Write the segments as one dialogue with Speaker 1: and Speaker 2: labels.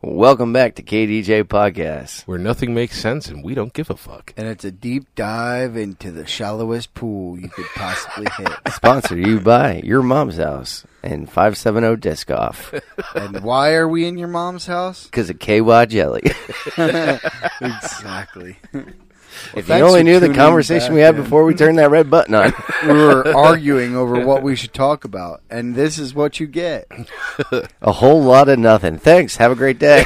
Speaker 1: Welcome back to KDJ Podcast.
Speaker 2: where nothing makes sense and we don't give a fuck.
Speaker 3: And it's a deep dive into the shallowest pool you could possibly hit.
Speaker 1: Sponsored you by Your Mom's House and 570 Disc Off
Speaker 3: and why are we in your mom's house?
Speaker 1: because of KY Jelly.
Speaker 3: Exactly.
Speaker 1: if you
Speaker 3: thanks
Speaker 1: only
Speaker 3: for
Speaker 1: knew the
Speaker 3: tuning
Speaker 1: conversation
Speaker 3: back
Speaker 1: we had
Speaker 3: in.
Speaker 1: before we turned that red button on.
Speaker 3: we were arguing over what we should talk about, and this is what you get.
Speaker 1: a whole lot of nothing. Thanks. Have a great day.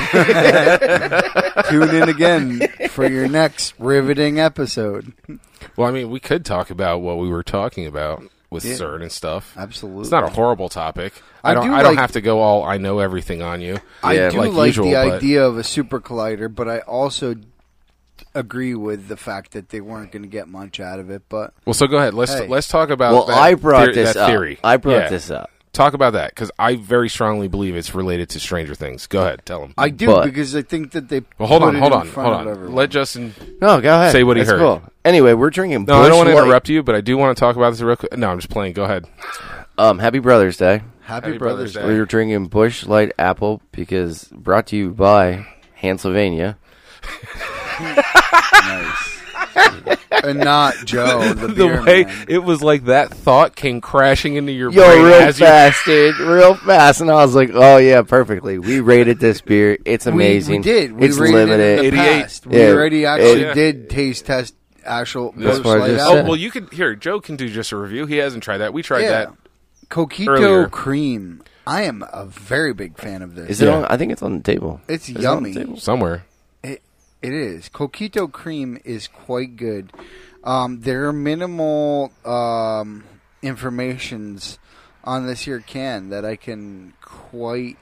Speaker 3: Tune in again for your next riveting episode.
Speaker 2: Well, I mean, we could talk about what we were talking about with CERN and stuff.
Speaker 3: Absolutely.
Speaker 2: It's not a horrible topic.
Speaker 3: I
Speaker 2: I don't.
Speaker 3: do
Speaker 2: I don't
Speaker 3: like-
Speaker 2: have to go all. I know everything on you.
Speaker 3: I
Speaker 1: Yeah,
Speaker 3: do
Speaker 2: like
Speaker 3: like,
Speaker 2: usual,
Speaker 3: the
Speaker 2: but-
Speaker 3: idea of a super collider, but I also agree with the fact that they weren't going to get much out of it. But
Speaker 2: Well, so go ahead. Let's
Speaker 3: Hey.
Speaker 2: let's talk about.
Speaker 1: well,
Speaker 2: that
Speaker 1: I brought
Speaker 2: theory,
Speaker 1: this
Speaker 2: that
Speaker 1: up.
Speaker 2: theory.
Speaker 1: I brought
Speaker 2: Yeah.
Speaker 1: this up.
Speaker 2: Talk about that because I very strongly believe it's related to Stranger Things. Go ahead, tell them.
Speaker 3: I do
Speaker 1: But-
Speaker 3: because I think that they
Speaker 2: well, hold
Speaker 3: put
Speaker 2: on,
Speaker 3: it
Speaker 2: hold
Speaker 3: in
Speaker 2: on,
Speaker 3: front
Speaker 2: hold
Speaker 3: of
Speaker 2: on.
Speaker 3: everyone.
Speaker 2: Let Justin.
Speaker 1: No, go ahead.
Speaker 2: Say what he
Speaker 1: That's
Speaker 2: heard.
Speaker 1: Cool. Anyway, we're drinking.
Speaker 2: No, I don't want to
Speaker 1: Busch Light.
Speaker 2: interrupt you, but I do want to talk about this real quick. No, I'm just playing. Go ahead.
Speaker 1: Um, happy Brothers Day.
Speaker 3: Happy,
Speaker 2: Happy
Speaker 3: Brothers
Speaker 2: Brothers
Speaker 3: Day.
Speaker 2: Day.
Speaker 1: We were drinking Bush Light Apple because brought to you by Hansylvania.
Speaker 3: and not Joe the,
Speaker 2: The
Speaker 3: beer
Speaker 2: way
Speaker 3: man.
Speaker 2: it was like that thought came crashing into your
Speaker 1: Yo,
Speaker 2: brain
Speaker 1: real
Speaker 2: as you
Speaker 1: fast, dude, real fast, and I was like, "Oh yeah, perfectly." We rated this beer; it's
Speaker 3: We-
Speaker 1: amazing.
Speaker 3: We, did. We
Speaker 1: it's
Speaker 3: rated it in
Speaker 1: limited.
Speaker 3: the
Speaker 2: 88.
Speaker 3: past. We
Speaker 1: Yeah.
Speaker 3: already actually
Speaker 2: Yeah.
Speaker 3: did taste test actual
Speaker 2: That's
Speaker 3: Busch
Speaker 1: what I
Speaker 3: Light
Speaker 1: just
Speaker 3: Apple.
Speaker 1: said.
Speaker 2: Oh well, you can here. Joe can do just a review. He hasn't tried that. We tried
Speaker 3: Yeah.
Speaker 2: that.
Speaker 3: Coquito
Speaker 2: earlier.
Speaker 3: cream. I am a very big fan of this.
Speaker 1: Is it
Speaker 2: Yeah.
Speaker 1: on? I think it's on the table.
Speaker 3: It's
Speaker 1: Is it on the
Speaker 3: yummy.
Speaker 1: table?
Speaker 2: somewhere.
Speaker 3: It, it is. Coquito cream is quite good. Um, there are minimal um, informations on this here can that I can quite.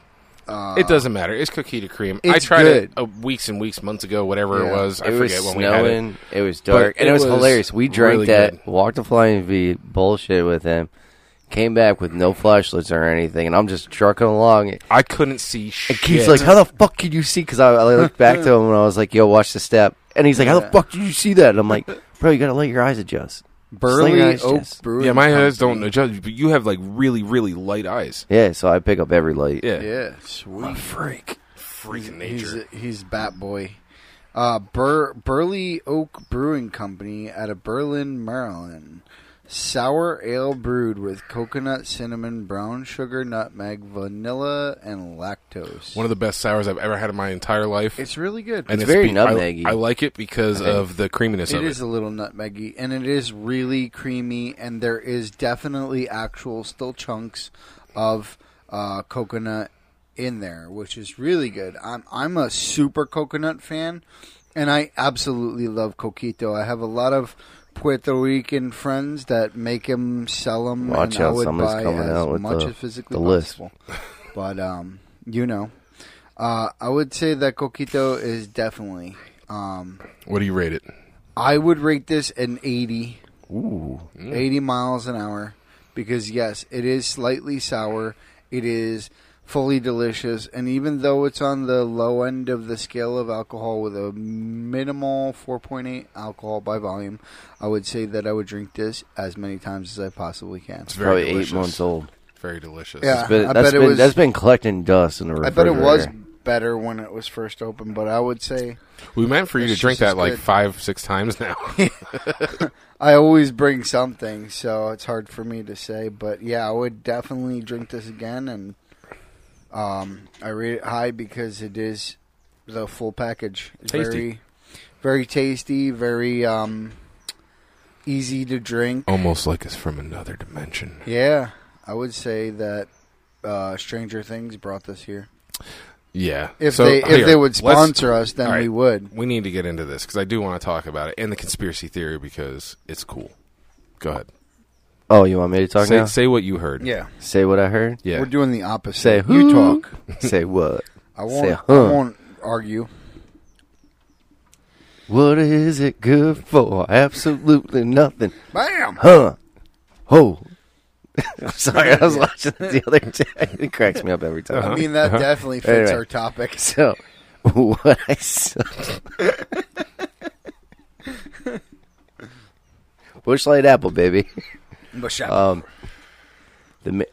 Speaker 3: Uh,
Speaker 2: it doesn't matter. It's cookie to cream. I
Speaker 3: it's
Speaker 2: tried
Speaker 3: good.
Speaker 2: it uh, weeks and weeks, months ago, whatever it
Speaker 3: Yeah.
Speaker 2: was. I
Speaker 1: it was
Speaker 2: forget when we had
Speaker 1: snowing.
Speaker 2: it.
Speaker 1: it. was dark,
Speaker 2: But
Speaker 1: and it
Speaker 2: it
Speaker 1: was,
Speaker 2: was
Speaker 1: hilarious. We drank
Speaker 2: really
Speaker 1: that,
Speaker 2: good.
Speaker 1: walked to Flying V, bullshit with him, came back with no flashlights or anything, and I'm just trucking along.
Speaker 2: I couldn't see
Speaker 1: And
Speaker 2: shit.
Speaker 1: Keith's like, "How the fuck could you see?" Because I, I looked back to him and I was like, "Yo, watch the step," and he's like, "How the fuck did you see that?" And I'm like, "Bro, you gotta let your eyes adjust." Just let
Speaker 3: burley
Speaker 1: your eyes
Speaker 3: oak
Speaker 1: adjust.
Speaker 3: brewing.
Speaker 2: yeah, my eyes don't
Speaker 3: Company.
Speaker 2: adjust, but you have like really, really light eyes.
Speaker 1: Yeah, so I pick up every light.
Speaker 2: Yeah,
Speaker 3: Yeah, sweet.
Speaker 2: freak, freaking
Speaker 3: He's
Speaker 2: nature.
Speaker 3: he's Bat Boy. Uh, Bur- Burley Oak Brewing Company out of Berlin, Maryland. Sour ale brewed with coconut, cinnamon, brown sugar, nutmeg, vanilla, and lactose.
Speaker 2: One of the best sours I've ever had in my entire life.
Speaker 3: it's really good.
Speaker 2: And
Speaker 1: It's very
Speaker 2: be- I-
Speaker 1: nutmeggy.
Speaker 2: I, like it because of the creaminess
Speaker 3: it
Speaker 2: of
Speaker 3: is
Speaker 2: it.
Speaker 3: a little nutmeggy, and it is really creamy, and there is definitely actual still chunks of uh, coconut in there, which is really good. I'm I'm a super coconut fan, and I absolutely love coquito. I have a lot of Puerto Rican friends that make him sell them.
Speaker 1: Watch
Speaker 3: and I
Speaker 1: out,
Speaker 3: would
Speaker 1: somebody's
Speaker 3: buy
Speaker 1: coming
Speaker 3: as
Speaker 1: out with
Speaker 3: much
Speaker 1: the-
Speaker 3: as physically
Speaker 1: the list.
Speaker 3: possible. but um, you know, uh, I would say that coquito is definitely. Um,
Speaker 2: What do you rate it?
Speaker 3: I would rate this an 80,
Speaker 1: Ooh.
Speaker 3: 80 miles an hour because yes, it is slightly sour. It is fully delicious and even though it's on the low end of the scale of alcohol with a minimal 4.8 alcohol by volume, I would say that I would drink this as many times as I possibly can.
Speaker 2: It's
Speaker 1: Probably
Speaker 2: very delicious.
Speaker 1: eight months old.
Speaker 2: Very delicious.
Speaker 3: Yeah.
Speaker 1: But
Speaker 3: I
Speaker 1: that's
Speaker 3: bet it
Speaker 1: been
Speaker 3: was-
Speaker 1: that's been collecting dust in the
Speaker 3: I bet
Speaker 1: refrigerator.
Speaker 3: it was better when it was first opened, but I would say
Speaker 2: We meant for you to
Speaker 3: It's
Speaker 2: drink
Speaker 3: just
Speaker 2: that like
Speaker 3: good.
Speaker 2: five, six times now.
Speaker 3: I always bring something, so it's hard for me to say. But yeah, I would definitely drink this again, and um, I rate it high because it is the full package. It's
Speaker 2: Tasty.
Speaker 3: Very, very tasty. Very um, easy to drink.
Speaker 2: Almost like it's from another dimension.
Speaker 3: Yeah, I would say that uh, Stranger Things brought this here.
Speaker 2: Yeah.
Speaker 3: If
Speaker 2: So,
Speaker 3: they if
Speaker 2: here,
Speaker 3: they would
Speaker 2: let's-
Speaker 3: sponsor us, then
Speaker 2: all right.
Speaker 3: we would.
Speaker 2: We need to get into this because I do want to talk about it and the conspiracy theory because it's cool. Go ahead.
Speaker 1: Oh, you want me to talk
Speaker 2: Say,
Speaker 1: now?
Speaker 2: say what you heard.
Speaker 3: Yeah.
Speaker 1: Say what I heard.
Speaker 2: Yeah.
Speaker 3: we're doing the opposite.
Speaker 1: Say who?
Speaker 3: You talk.
Speaker 1: Say what?
Speaker 3: I won't.
Speaker 1: Say,
Speaker 3: I
Speaker 1: huh.
Speaker 3: won't argue.
Speaker 1: What is it good for? Absolutely nothing.
Speaker 3: Bam.
Speaker 1: Huh? Oh. I'm sorry, I was watching it the other day. It cracks me up every time.
Speaker 3: I mean, that
Speaker 2: Uh-huh.
Speaker 3: definitely fits
Speaker 1: Anyway.
Speaker 3: our topic.
Speaker 1: So, what I saw.
Speaker 2: Uh,
Speaker 1: Bushlight Apple, baby. Um, the mi-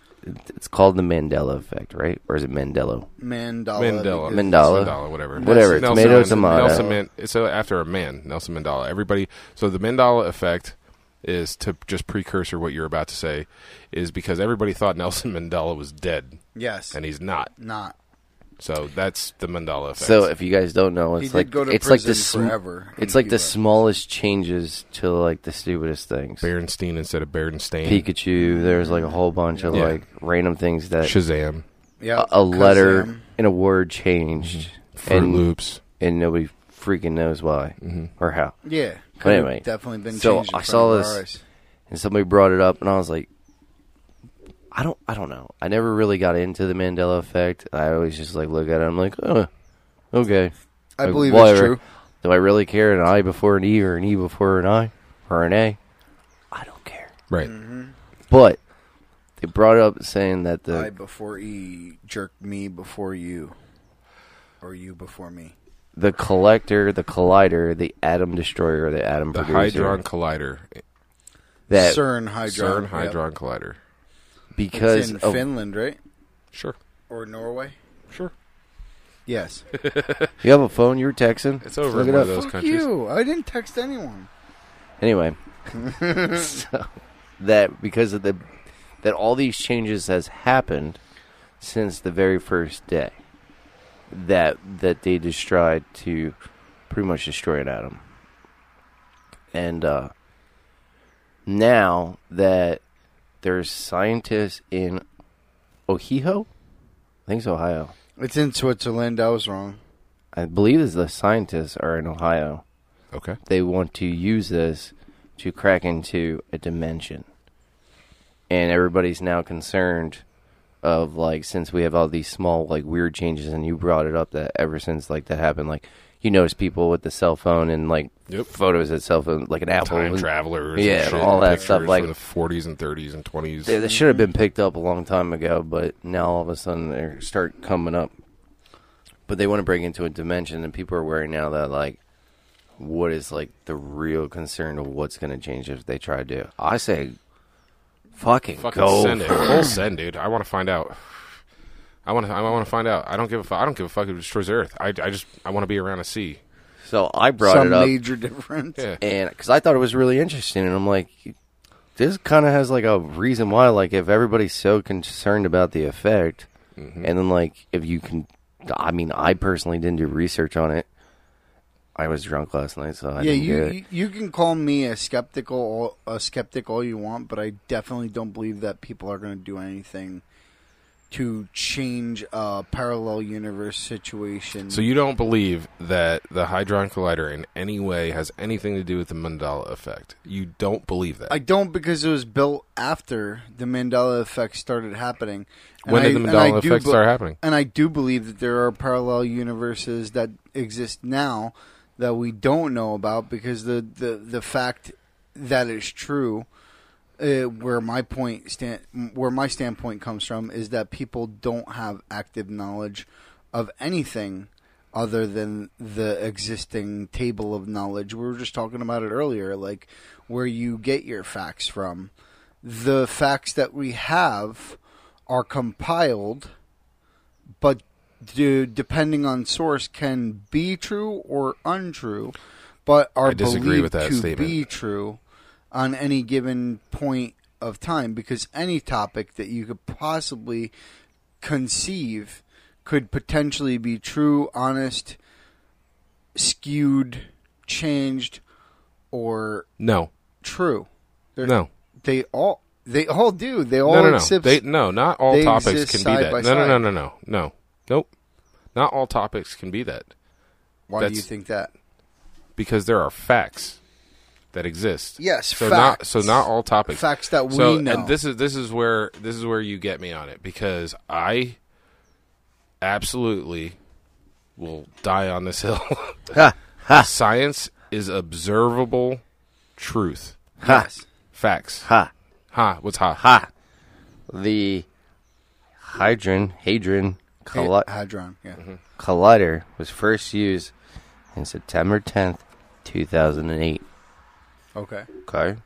Speaker 1: It's called the Mandela effect, right? Or is it Mandelo?
Speaker 3: Mandela.
Speaker 2: Mandela.
Speaker 3: because-
Speaker 1: Mandela.
Speaker 2: Mandela, whatever.
Speaker 1: Whatever, tomato,
Speaker 2: Nelson,
Speaker 1: tomato.
Speaker 2: Nelson Man, so after a man, Nelson Mandela. Everybody. So the Mandela effect is to just precursor what you're about to say, is because everybody thought Nelson Mandela was dead,
Speaker 3: Yes.
Speaker 2: and he's not.
Speaker 3: not.
Speaker 2: So that's the Mandela effect.
Speaker 1: So if you guys don't know,
Speaker 3: He
Speaker 1: it's
Speaker 3: did
Speaker 1: like
Speaker 3: go to
Speaker 1: it's like the
Speaker 3: prison
Speaker 1: sm-
Speaker 3: forever in
Speaker 1: it's like the
Speaker 3: Cuba.
Speaker 1: smallest changes to like the stupidest things.
Speaker 2: Berenstein instead of Berenstain.
Speaker 1: Pikachu. There's like a whole bunch of
Speaker 2: Yeah.
Speaker 1: like random things that
Speaker 2: Shazam.
Speaker 3: Yeah.
Speaker 1: a, a letter
Speaker 3: Kazam.
Speaker 1: and a word changed,
Speaker 2: Mm-hmm. Fruit
Speaker 1: and
Speaker 2: Loops.
Speaker 1: and nobody freaking knows why
Speaker 3: Mm-hmm.
Speaker 2: Mm-hmm.
Speaker 1: or how.
Speaker 3: Yeah.
Speaker 1: But
Speaker 3: Could've
Speaker 1: anyway,
Speaker 3: Definitely been
Speaker 1: so
Speaker 3: changed in
Speaker 1: I saw
Speaker 3: front of
Speaker 1: this-
Speaker 3: our eyes.
Speaker 1: And somebody brought it up, and I was like, I don't, I don't know. I never really got into the Mandela effect. I always just like look at it. I'm like, oh, okay.
Speaker 3: I
Speaker 1: Like,
Speaker 3: believe it's
Speaker 1: whatever.
Speaker 3: true.
Speaker 1: Do I really care an I before an E or an E before an I or an A? I don't care.
Speaker 2: Right.
Speaker 1: But they brought up saying that the
Speaker 3: I before E jerked me before you, or you before me.
Speaker 1: the collector, the collider, the atom destroyer, the atom
Speaker 2: The
Speaker 1: producer,
Speaker 2: Hydron Collider.
Speaker 1: that
Speaker 3: CERN hydron.
Speaker 2: CERN Hydron Collider.
Speaker 1: because
Speaker 3: It's in
Speaker 1: of-
Speaker 3: Finland, right?
Speaker 2: Sure.
Speaker 3: Or Norway?
Speaker 2: Sure.
Speaker 3: Yes.
Speaker 1: you have a phone, you were texting.
Speaker 2: It's over
Speaker 1: Look
Speaker 2: in
Speaker 1: it up.
Speaker 2: one of those
Speaker 3: Fuck
Speaker 2: countries.
Speaker 3: you! I didn't text anyone.
Speaker 1: Anyway, so that because of the that all these changes has happened since the very first day that that they just tried to pretty much destroy an atom, and uh, now that there's scientists in Ohio, I think it's Ohio.
Speaker 3: It's in Switzerland. I was wrong.
Speaker 1: I believe it's the scientists are in Ohio.
Speaker 2: Okay.
Speaker 1: they want to use this to crack into a dimension. And everybody's now concerned of like since we have all these small like weird changes and you brought it up that ever since like that happened like you notice people with the cell phone and like
Speaker 2: Yep.
Speaker 1: photos of cell phone like an apple
Speaker 2: Time
Speaker 1: and-
Speaker 2: travelers.
Speaker 1: yeah,
Speaker 2: and shit,
Speaker 1: all that stuff,
Speaker 2: pictures
Speaker 1: like-
Speaker 2: from the 40s and 30s and 20s.
Speaker 1: they, they should have been picked up a long time ago, but now all of a sudden they start coming up. But they want to break into a dimension, and people are worried now that like, what is like the real concern of what's going to change if they try to? do it? I say, fucking,
Speaker 2: Fucking
Speaker 1: go
Speaker 2: send it.
Speaker 1: for
Speaker 2: Full send, dude. I want to find out. I want to. I want to find out. I don't give a. Fu- I don't give a fuck if it destroys Earth. I, I just. I want to be around to see.
Speaker 1: So I brought
Speaker 3: Some
Speaker 1: it up,
Speaker 3: major difference.
Speaker 2: Yeah.
Speaker 1: and because I thought it was really interesting, and I'm like, this kind of has like a reason why. Like, if everybody's so concerned about the effect,
Speaker 3: Mm-hmm.
Speaker 1: and then like if you can, I mean, I personally didn't do research on it. I was drunk last night, so I
Speaker 3: yeah,
Speaker 1: didn't
Speaker 3: you,
Speaker 1: get it.
Speaker 3: you you can call me a skeptical all- a skeptic all you want, but I definitely don't believe that people are going to do anything to change a parallel universe situation.
Speaker 2: So you don't believe that the Hydron Collider in any way has anything to do with the Mandela effect? You don't believe that?
Speaker 3: I don't because it was built after the Mandela effect started happening. And
Speaker 2: when
Speaker 3: I-
Speaker 2: did the
Speaker 3: and
Speaker 2: Mandela
Speaker 3: I do
Speaker 2: effect
Speaker 3: be-
Speaker 2: start happening?
Speaker 3: And I do believe that there are parallel universes that exist now that we don't know about because the the, the fact that is true. Uh, where my point stand, where my standpoint comes from, is that people don't have active knowledge of anything other than the existing table of knowledge. We were just talking about it earlier, like where you get your facts from. The facts that we have are compiled but do, depending on source can be true or untrue, but are
Speaker 2: I disagree
Speaker 3: believed
Speaker 2: with that
Speaker 3: to
Speaker 2: statement.
Speaker 3: be true on any given point of time because any topic that you could possibly conceive could potentially be true, honest, skewed, changed, or
Speaker 2: No,
Speaker 3: true. They're-
Speaker 2: no,
Speaker 3: they all they all do. They all
Speaker 2: no, no, no.
Speaker 3: exist-
Speaker 2: They, no, not all
Speaker 3: they
Speaker 2: topics
Speaker 3: exist
Speaker 2: can
Speaker 3: side
Speaker 2: be that.
Speaker 3: by
Speaker 2: No, no, no,
Speaker 3: side.
Speaker 2: no, no, no, nope. Not all topics can be that
Speaker 3: Why do you
Speaker 2: that's-
Speaker 3: think that?
Speaker 2: because there are facts that exist.
Speaker 3: Yes,
Speaker 2: so
Speaker 3: facts.
Speaker 2: not so not all topics.
Speaker 3: Facts that we
Speaker 2: so,
Speaker 3: know.
Speaker 2: And this is this is where this is where you get me on it because I absolutely will die on this hill.
Speaker 1: Ha, ha,
Speaker 2: Science is observable truth.
Speaker 1: ha,
Speaker 2: Facts.
Speaker 1: ha,
Speaker 2: Ha, what's ha?
Speaker 1: ha. The hydron, hadron, colli-
Speaker 3: Hadron. Yeah.
Speaker 2: Mm-hmm.
Speaker 1: collider was first used in September 10th, 2008.
Speaker 2: Uh,
Speaker 3: Okay.
Speaker 1: Okay.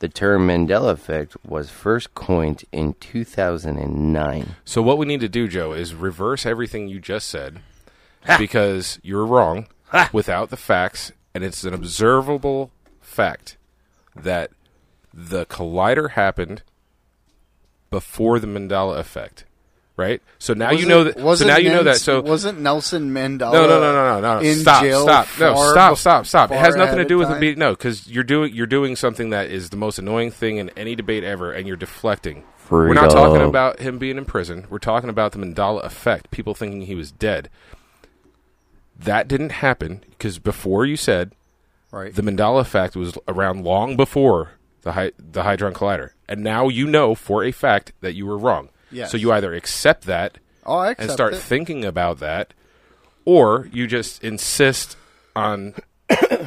Speaker 1: The term Mandela effect was first coined in 2009.
Speaker 2: So what we need to do, Joe, is reverse everything you just said because you're wrong without the facts, and it's an observable fact that the collider happened before the Mandela effect. Right, so now you know that. So
Speaker 3: wasn't
Speaker 2: now you know that.
Speaker 3: Nance-
Speaker 2: So
Speaker 3: wasn't Nelson Mandela?
Speaker 2: no, no, no, no, no, no.
Speaker 3: Oh, In
Speaker 2: stop,
Speaker 3: jail
Speaker 2: stop, no,
Speaker 3: far
Speaker 2: stop,
Speaker 3: bef-
Speaker 2: stop, stop. It has
Speaker 3: far
Speaker 2: nothing to
Speaker 3: ahead
Speaker 2: do
Speaker 3: of
Speaker 2: with the
Speaker 3: time?
Speaker 2: beat. No, because you're doing you're doing something that is the most annoying thing in any debate ever, and you're deflecting. We're not talking
Speaker 1: Freedom.
Speaker 2: about him being in prison. We're talking about the Mandela effect. People thinking he was dead. That didn't happen because before you said
Speaker 3: Right.
Speaker 2: the Mandela effect was around long before the hy- the Hydron Collider, and now you know for a fact that you were wrong.
Speaker 3: Yes.
Speaker 2: So you either accept that
Speaker 3: oh, I
Speaker 2: and
Speaker 3: accept
Speaker 2: start
Speaker 3: it.
Speaker 2: thinking about that, or you just insist on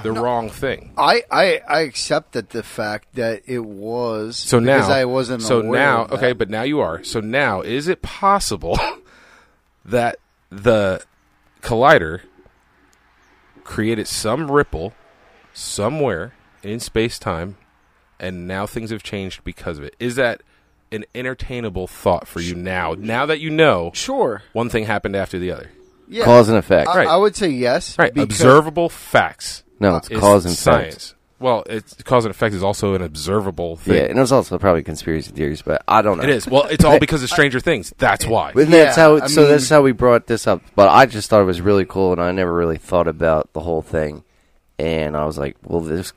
Speaker 2: the wrong thing.
Speaker 3: I, I I accept that the fact that it was
Speaker 2: So now,
Speaker 3: because I wasn't
Speaker 2: so
Speaker 3: aware
Speaker 2: now,
Speaker 3: of that.
Speaker 2: okay, but now you are. So now, is it possible that the collider created some ripple somewhere in space time, and now things have changed because of it? Is that an entertainable thought for you now? Now that you know
Speaker 3: sure
Speaker 2: one thing happened after the other,
Speaker 3: yeah
Speaker 1: Cause and effect.
Speaker 3: I,
Speaker 2: Right.
Speaker 3: I would say yes
Speaker 2: right?
Speaker 3: because-
Speaker 2: Observable facts.
Speaker 1: no, it's
Speaker 2: is
Speaker 1: cause and
Speaker 2: science.
Speaker 1: effect.
Speaker 2: Well, it's cause and effect is also an observable
Speaker 1: Yeah,
Speaker 2: thing.
Speaker 1: and there's also probably conspiracy theories, but I don't know.
Speaker 2: It is. Well, it's all because of Stranger Things. That's why.
Speaker 1: And that's
Speaker 3: Yeah,
Speaker 1: how.
Speaker 3: I
Speaker 1: so that's
Speaker 3: mean-
Speaker 1: how we brought this up. But I just thought it was really cool, and I never really thought about the whole thing. And I was like, well, this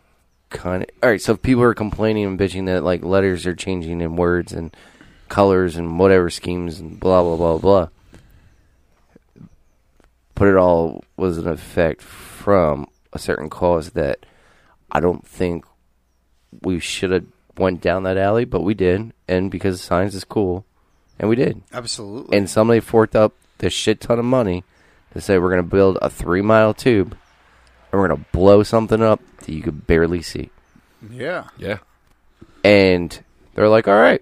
Speaker 1: kind of all right. So if people are complaining and bitching that like letters are changing in words and colors and whatever schemes and blah blah blah blah. But it all was an effect from a certain cause that I don't think we should have went down that alley, but we did, and because science is cool, and we did
Speaker 3: absolutely
Speaker 1: and somebody forked up this shit ton of money to say we're going to build a three mile tube and we're going to blow something up that you could barely see.
Speaker 3: yeah
Speaker 2: yeah.
Speaker 1: And they're like, all right,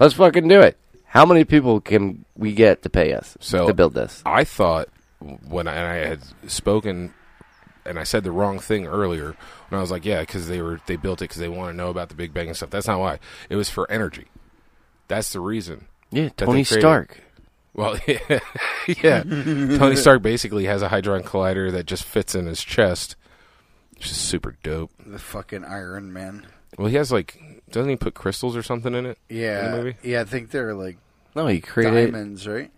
Speaker 1: let's fucking do it. How many people can we get to pay us
Speaker 2: So-
Speaker 1: to build this?
Speaker 2: I thought when I, and I had spoken and I said the wrong thing earlier when I was like, yeah, because they were they built it because they want to know about the Big Bang and stuff. That's not why. It was for energy. That's the reason.
Speaker 1: Yeah,
Speaker 2: they
Speaker 1: Tony
Speaker 2: created-
Speaker 1: Stark.
Speaker 2: Well, yeah, Tony Stark basically has a hydron collider that just fits in his chest. Which is super dope.
Speaker 3: the fucking Iron Man
Speaker 2: Well, he has like, doesn't he put crystals or something in it?
Speaker 3: yeah
Speaker 2: In the movie?
Speaker 3: yeah I think they're like
Speaker 1: No, he created.
Speaker 3: diamonds right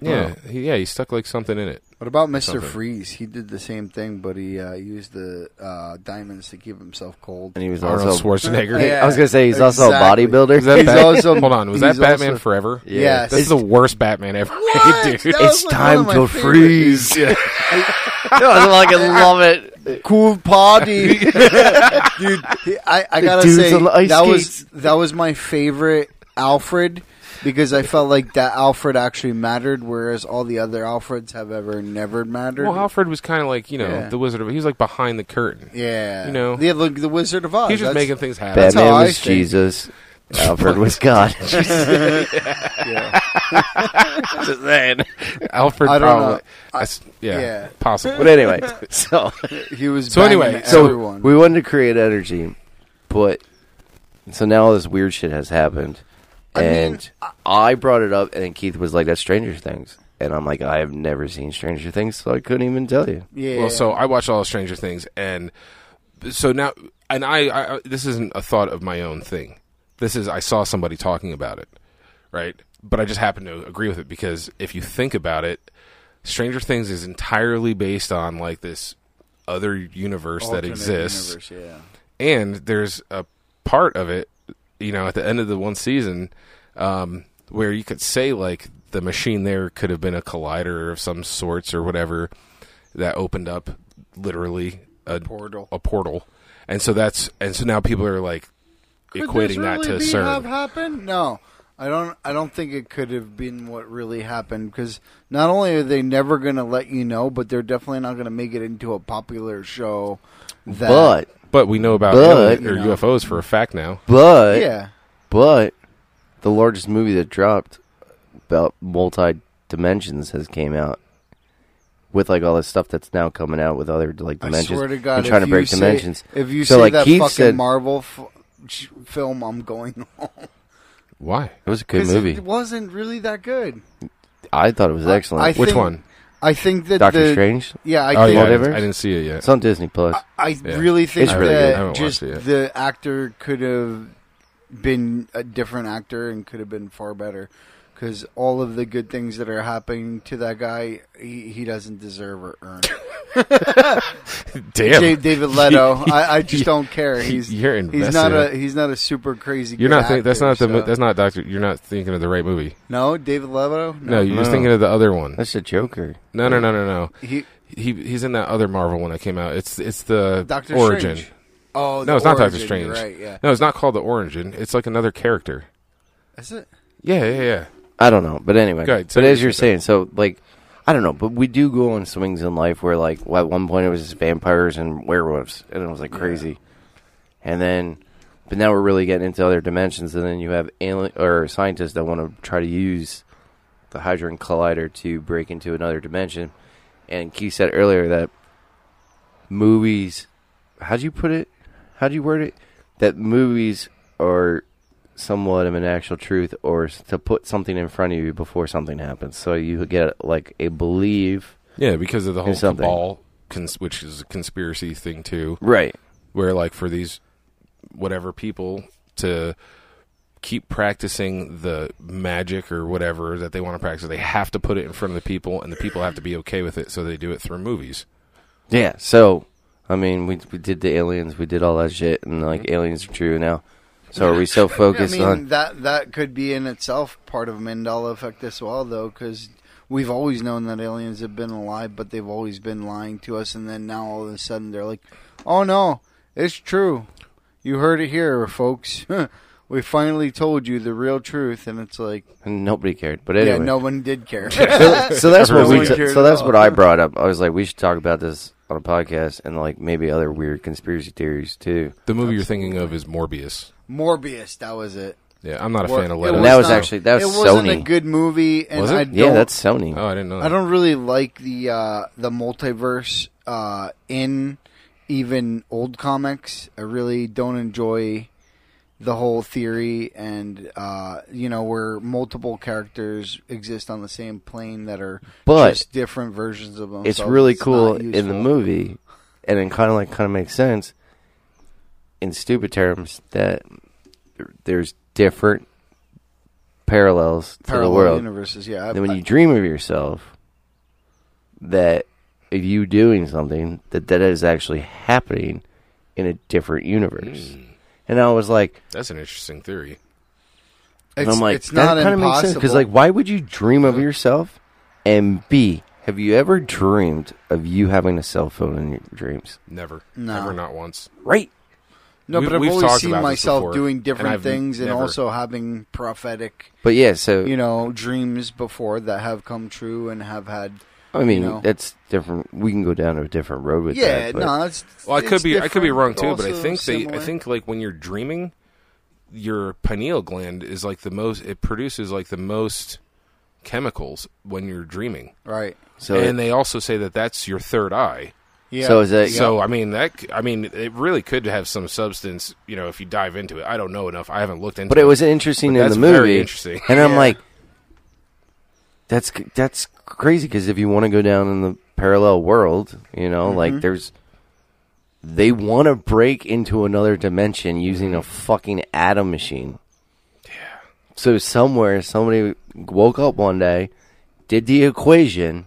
Speaker 2: Yeah, he, yeah, he stuck like something in it.
Speaker 3: what about Mister
Speaker 2: Something.
Speaker 3: Freeze he did the same thing but he uh, used the uh, diamonds to keep himself cold
Speaker 1: And he was
Speaker 2: Arnold
Speaker 1: also.
Speaker 2: Schwarzenegger.
Speaker 3: Yeah.
Speaker 1: I was going to say he's also a
Speaker 3: Exactly.
Speaker 1: bodybuilder.
Speaker 2: Is that
Speaker 3: He's
Speaker 2: Bat-
Speaker 3: also-
Speaker 2: Hold on, was
Speaker 3: he's
Speaker 2: that Batman
Speaker 3: also-
Speaker 2: Forever?
Speaker 1: Yeah.
Speaker 3: Yes.
Speaker 2: This is the worst Batman ever made, dude.
Speaker 3: That
Speaker 1: It's
Speaker 3: was, like, one
Speaker 1: time
Speaker 3: of my
Speaker 1: to
Speaker 3: favorite-
Speaker 1: freeze. I fucking love it.
Speaker 3: cool party, dude. I, I gotta
Speaker 1: dudes
Speaker 3: say
Speaker 1: on the ice
Speaker 3: that
Speaker 1: skates.
Speaker 3: was that was my favorite Alfred because I felt like that Alfred actually mattered, whereas all the other Alfreds have ever never mattered.
Speaker 2: Well, Alfred was kind of like you know
Speaker 3: Yeah.
Speaker 2: the Wizard of. He was like behind the curtain.
Speaker 3: yeah,
Speaker 2: you know.
Speaker 3: yeah, look, the Wizard of Oz.
Speaker 2: He was just
Speaker 3: that's-
Speaker 2: making things happen.
Speaker 3: That's how
Speaker 1: Batman
Speaker 3: I
Speaker 1: was
Speaker 3: think.
Speaker 1: Jesus. Alfred was God.
Speaker 3: yeah.
Speaker 1: Just saying.
Speaker 2: Alfred
Speaker 3: I don't know.
Speaker 2: probably. that's- yeah,
Speaker 3: yeah.
Speaker 2: possible.
Speaker 1: But anyway, so
Speaker 3: he was.
Speaker 2: So
Speaker 3: banging
Speaker 2: anyway,
Speaker 1: so
Speaker 3: everyone.
Speaker 1: we wanted to create energy, but so now all this weird shit has happened,
Speaker 3: I mean,
Speaker 1: and I brought it up, and then Keith was like, "That's Stranger Things," and I'm like, "I have never seen Stranger Things, so I couldn't even tell you."
Speaker 3: yeah.
Speaker 2: Well, so I watch all of Stranger Things, and so now, and I, I, I- this isn't a thought of my own thing. This is I saw somebody talking about it, right? But I just happen to agree with it because if you think about it, Stranger Things is entirely based on like this other universe
Speaker 3: Alternate
Speaker 2: that exists,
Speaker 3: universe, yeah.
Speaker 2: and there's a part of it, you know, at the end of the one season, um, where you could say like the machine there could have been a collider of some sorts or whatever that opened up literally a
Speaker 3: Portal.
Speaker 2: a portal, and so that's and so now people are like
Speaker 3: Could
Speaker 2: equating
Speaker 3: this
Speaker 2: that to
Speaker 3: really be
Speaker 2: CERN.
Speaker 3: Have happened? No, I don't. I don't think it could have been what really happened because not only are they never going to let you know, but they're definitely not going to make it into a popular show. That,
Speaker 1: But
Speaker 2: but we know about
Speaker 1: But-
Speaker 2: alien- or UFOs for a fact now.
Speaker 1: but
Speaker 3: yeah,
Speaker 1: but the largest movie that dropped about multi dimensions has came out with like all this stuff that's now coming out with other like
Speaker 3: I
Speaker 1: dimensions
Speaker 3: swear to God,
Speaker 1: and trying
Speaker 3: if
Speaker 1: to break
Speaker 3: you say-
Speaker 1: dimensions.
Speaker 3: If you
Speaker 1: So,
Speaker 3: say
Speaker 1: like
Speaker 3: that
Speaker 1: Keith
Speaker 3: fucking
Speaker 1: said-
Speaker 3: Marvel f- sh- film I'm going on.
Speaker 2: Why?
Speaker 1: It was a good
Speaker 3: 'Cause
Speaker 1: movie.
Speaker 3: It wasn't really that good.
Speaker 1: I thought it was excellent.
Speaker 3: I
Speaker 2: Which
Speaker 3: think-
Speaker 2: one?
Speaker 3: I think that
Speaker 1: Doctor
Speaker 3: the,
Speaker 1: Strange.
Speaker 3: Yeah, I
Speaker 2: oh
Speaker 3: think
Speaker 2: yeah, I
Speaker 1: Whatever.
Speaker 2: didn't, I didn't see it yet.
Speaker 1: It's on Disney Plus.
Speaker 3: I
Speaker 2: Yeah.
Speaker 3: really think
Speaker 1: It's really good. I
Speaker 3: that
Speaker 2: haven't
Speaker 3: just
Speaker 2: watched it yet.
Speaker 3: the actor could have been a different actor and could have been far better because all of the good things that are happening to that guy, he, he doesn't deserve or earn.
Speaker 2: Damn.
Speaker 3: Da- David Leto, I, I just don't care. He's
Speaker 2: You're
Speaker 3: he's not
Speaker 2: invested.
Speaker 3: a he's not a super crazy.
Speaker 2: You're
Speaker 3: good
Speaker 2: not. Think, that's
Speaker 3: actor,
Speaker 2: not the. mo-
Speaker 3: so-
Speaker 2: That's not Doctor. You're not thinking of the right movie.
Speaker 3: no David Leto.
Speaker 2: No, you're just
Speaker 1: No.
Speaker 2: thinking of the other one.
Speaker 1: That's a Joker.
Speaker 2: No, no, no, no, no.
Speaker 3: he,
Speaker 2: He he's in that other Marvel one that came out. It's it's the
Speaker 3: Doctor
Speaker 2: Origin.
Speaker 3: Strange. Oh
Speaker 2: No,
Speaker 3: the
Speaker 2: it's not Doctor
Speaker 3: Origin, you're
Speaker 2: Strange.
Speaker 3: Right? Yeah.
Speaker 2: No, it's not called the Origin. It's like another character.
Speaker 3: Is it?
Speaker 2: Yeah, yeah, yeah.
Speaker 1: I don't know, but anyway.
Speaker 2: Go ahead, say
Speaker 1: but
Speaker 2: what
Speaker 1: as
Speaker 2: you
Speaker 1: you're
Speaker 2: said.
Speaker 1: saying, so like, I don't know, but we do go on swings in life where like well, at one point it was just vampires and werewolves, and it was like crazy, and then, but now we're really getting into other dimensions, and then you have alien or scientists that want to try to use the Hadron Collider to break into another dimension, and Keith said earlier that movies, how'd you put it? How'd you word it? That movies are somewhat of an actual truth or s- to put something in front of you before something happens. So you get like a believe.
Speaker 2: Yeah, because of the whole
Speaker 1: Or something.
Speaker 2: cabal, cons- which is a conspiracy thing too,
Speaker 1: Right.
Speaker 2: where like for these whatever people to keep practicing the magic or whatever that they want to practice, they have to put it in front of the people, and the people have to be okay with it. So they do it through movies.
Speaker 1: Yeah. So, I mean, we, we did the aliens, we did all that shit, and like aliens are true now. So are we so focused
Speaker 3: I mean,
Speaker 1: on.
Speaker 3: that that could be in itself part of Mandela effect as well, though, because we've always known that aliens have been alive, but they've always been lying to us, and then now all of a sudden they're like, "Oh no, it's true. You heard it here, folks. we finally told you the real truth." And it's like,
Speaker 1: And nobody cared. But anyway.
Speaker 3: yeah, no one did care.
Speaker 1: so, so that's what
Speaker 2: Really
Speaker 1: we.
Speaker 3: cared
Speaker 1: so that's
Speaker 3: at
Speaker 1: what
Speaker 3: all.
Speaker 1: I brought up. I was like, we should talk about this on a podcast and like maybe other weird conspiracy theories too.
Speaker 2: The movie you're thinking of is Morbius.
Speaker 3: Morbius, that was it.
Speaker 2: Yeah, I'm not a
Speaker 3: Mor-
Speaker 2: fan of
Speaker 3: it
Speaker 2: Leto.
Speaker 1: And that was
Speaker 3: not-
Speaker 1: actually- that was
Speaker 3: it wasn't a
Speaker 1: Sony.
Speaker 3: good movie, and
Speaker 2: Was it?
Speaker 3: I
Speaker 2: Yeah,
Speaker 1: Yeah,
Speaker 3: don't-
Speaker 1: that's Sony.
Speaker 2: Oh, I didn't know. That.
Speaker 3: I don't really like the uh, the multiverse uh, in even old comics. I really don't enjoy the whole theory and uh, you know where multiple characters exist on the same plane that are
Speaker 1: But
Speaker 3: just different versions of themselves.
Speaker 1: it's really cool
Speaker 3: not
Speaker 1: in the
Speaker 3: useful.
Speaker 1: movie, and it kind of like kind of makes sense in stupid terms that there- there's different parallels to
Speaker 3: Parallel
Speaker 1: the world.
Speaker 3: universes, yeah.
Speaker 1: And when you dream of yourself, that if you doing something that that is actually happening in a different universe, and I was like,
Speaker 2: Hmm, That's an interesting theory.
Speaker 3: it's,
Speaker 1: and I'm like,
Speaker 3: it's not
Speaker 1: that kind of makes sense because, like, why would you dream of yourself? And B, have you ever dreamed of you having a cell phone in your dreams?
Speaker 2: Never,
Speaker 3: No.
Speaker 2: never, not once.
Speaker 1: Right.
Speaker 3: no,
Speaker 2: we've-
Speaker 3: but I've
Speaker 2: we've
Speaker 3: always
Speaker 2: talked
Speaker 3: seen
Speaker 2: about this
Speaker 3: myself
Speaker 2: before,
Speaker 3: doing
Speaker 2: and
Speaker 3: different
Speaker 2: I've
Speaker 3: things and
Speaker 2: never-
Speaker 3: also having prophetic
Speaker 1: But yeah, so
Speaker 3: you know dreams before that have come true and have had
Speaker 1: I mean,
Speaker 3: know.
Speaker 1: that's different. We can go down to a different road with
Speaker 3: yeah
Speaker 1: that. but-
Speaker 3: no it's
Speaker 2: Well, I
Speaker 3: it's
Speaker 2: could be I could be
Speaker 3: different,
Speaker 2: wrong too, but I
Speaker 3: also
Speaker 2: think they
Speaker 3: similar.
Speaker 2: I think like when you're dreaming, your pineal gland is like the most it produces like the most chemicals when you're dreaming.
Speaker 3: right
Speaker 1: so
Speaker 2: and they also say that that's your third eye.
Speaker 3: yeah
Speaker 1: So is that-
Speaker 3: yeah.
Speaker 2: So I mean that c- I mean it really could have some substance, you know, if you dive into it. I don't know enough. I haven't looked into
Speaker 1: but it was interesting
Speaker 2: But
Speaker 1: in
Speaker 2: that's
Speaker 1: the movie.
Speaker 2: very interesting.
Speaker 1: And I'm
Speaker 3: Yeah.
Speaker 1: like, that's c- that's crazy because if you want to go down in the parallel world, you know, like there's they want to break into another dimension using a fucking atom machine. Yeah. So somewhere somebody woke up one day, did the equation,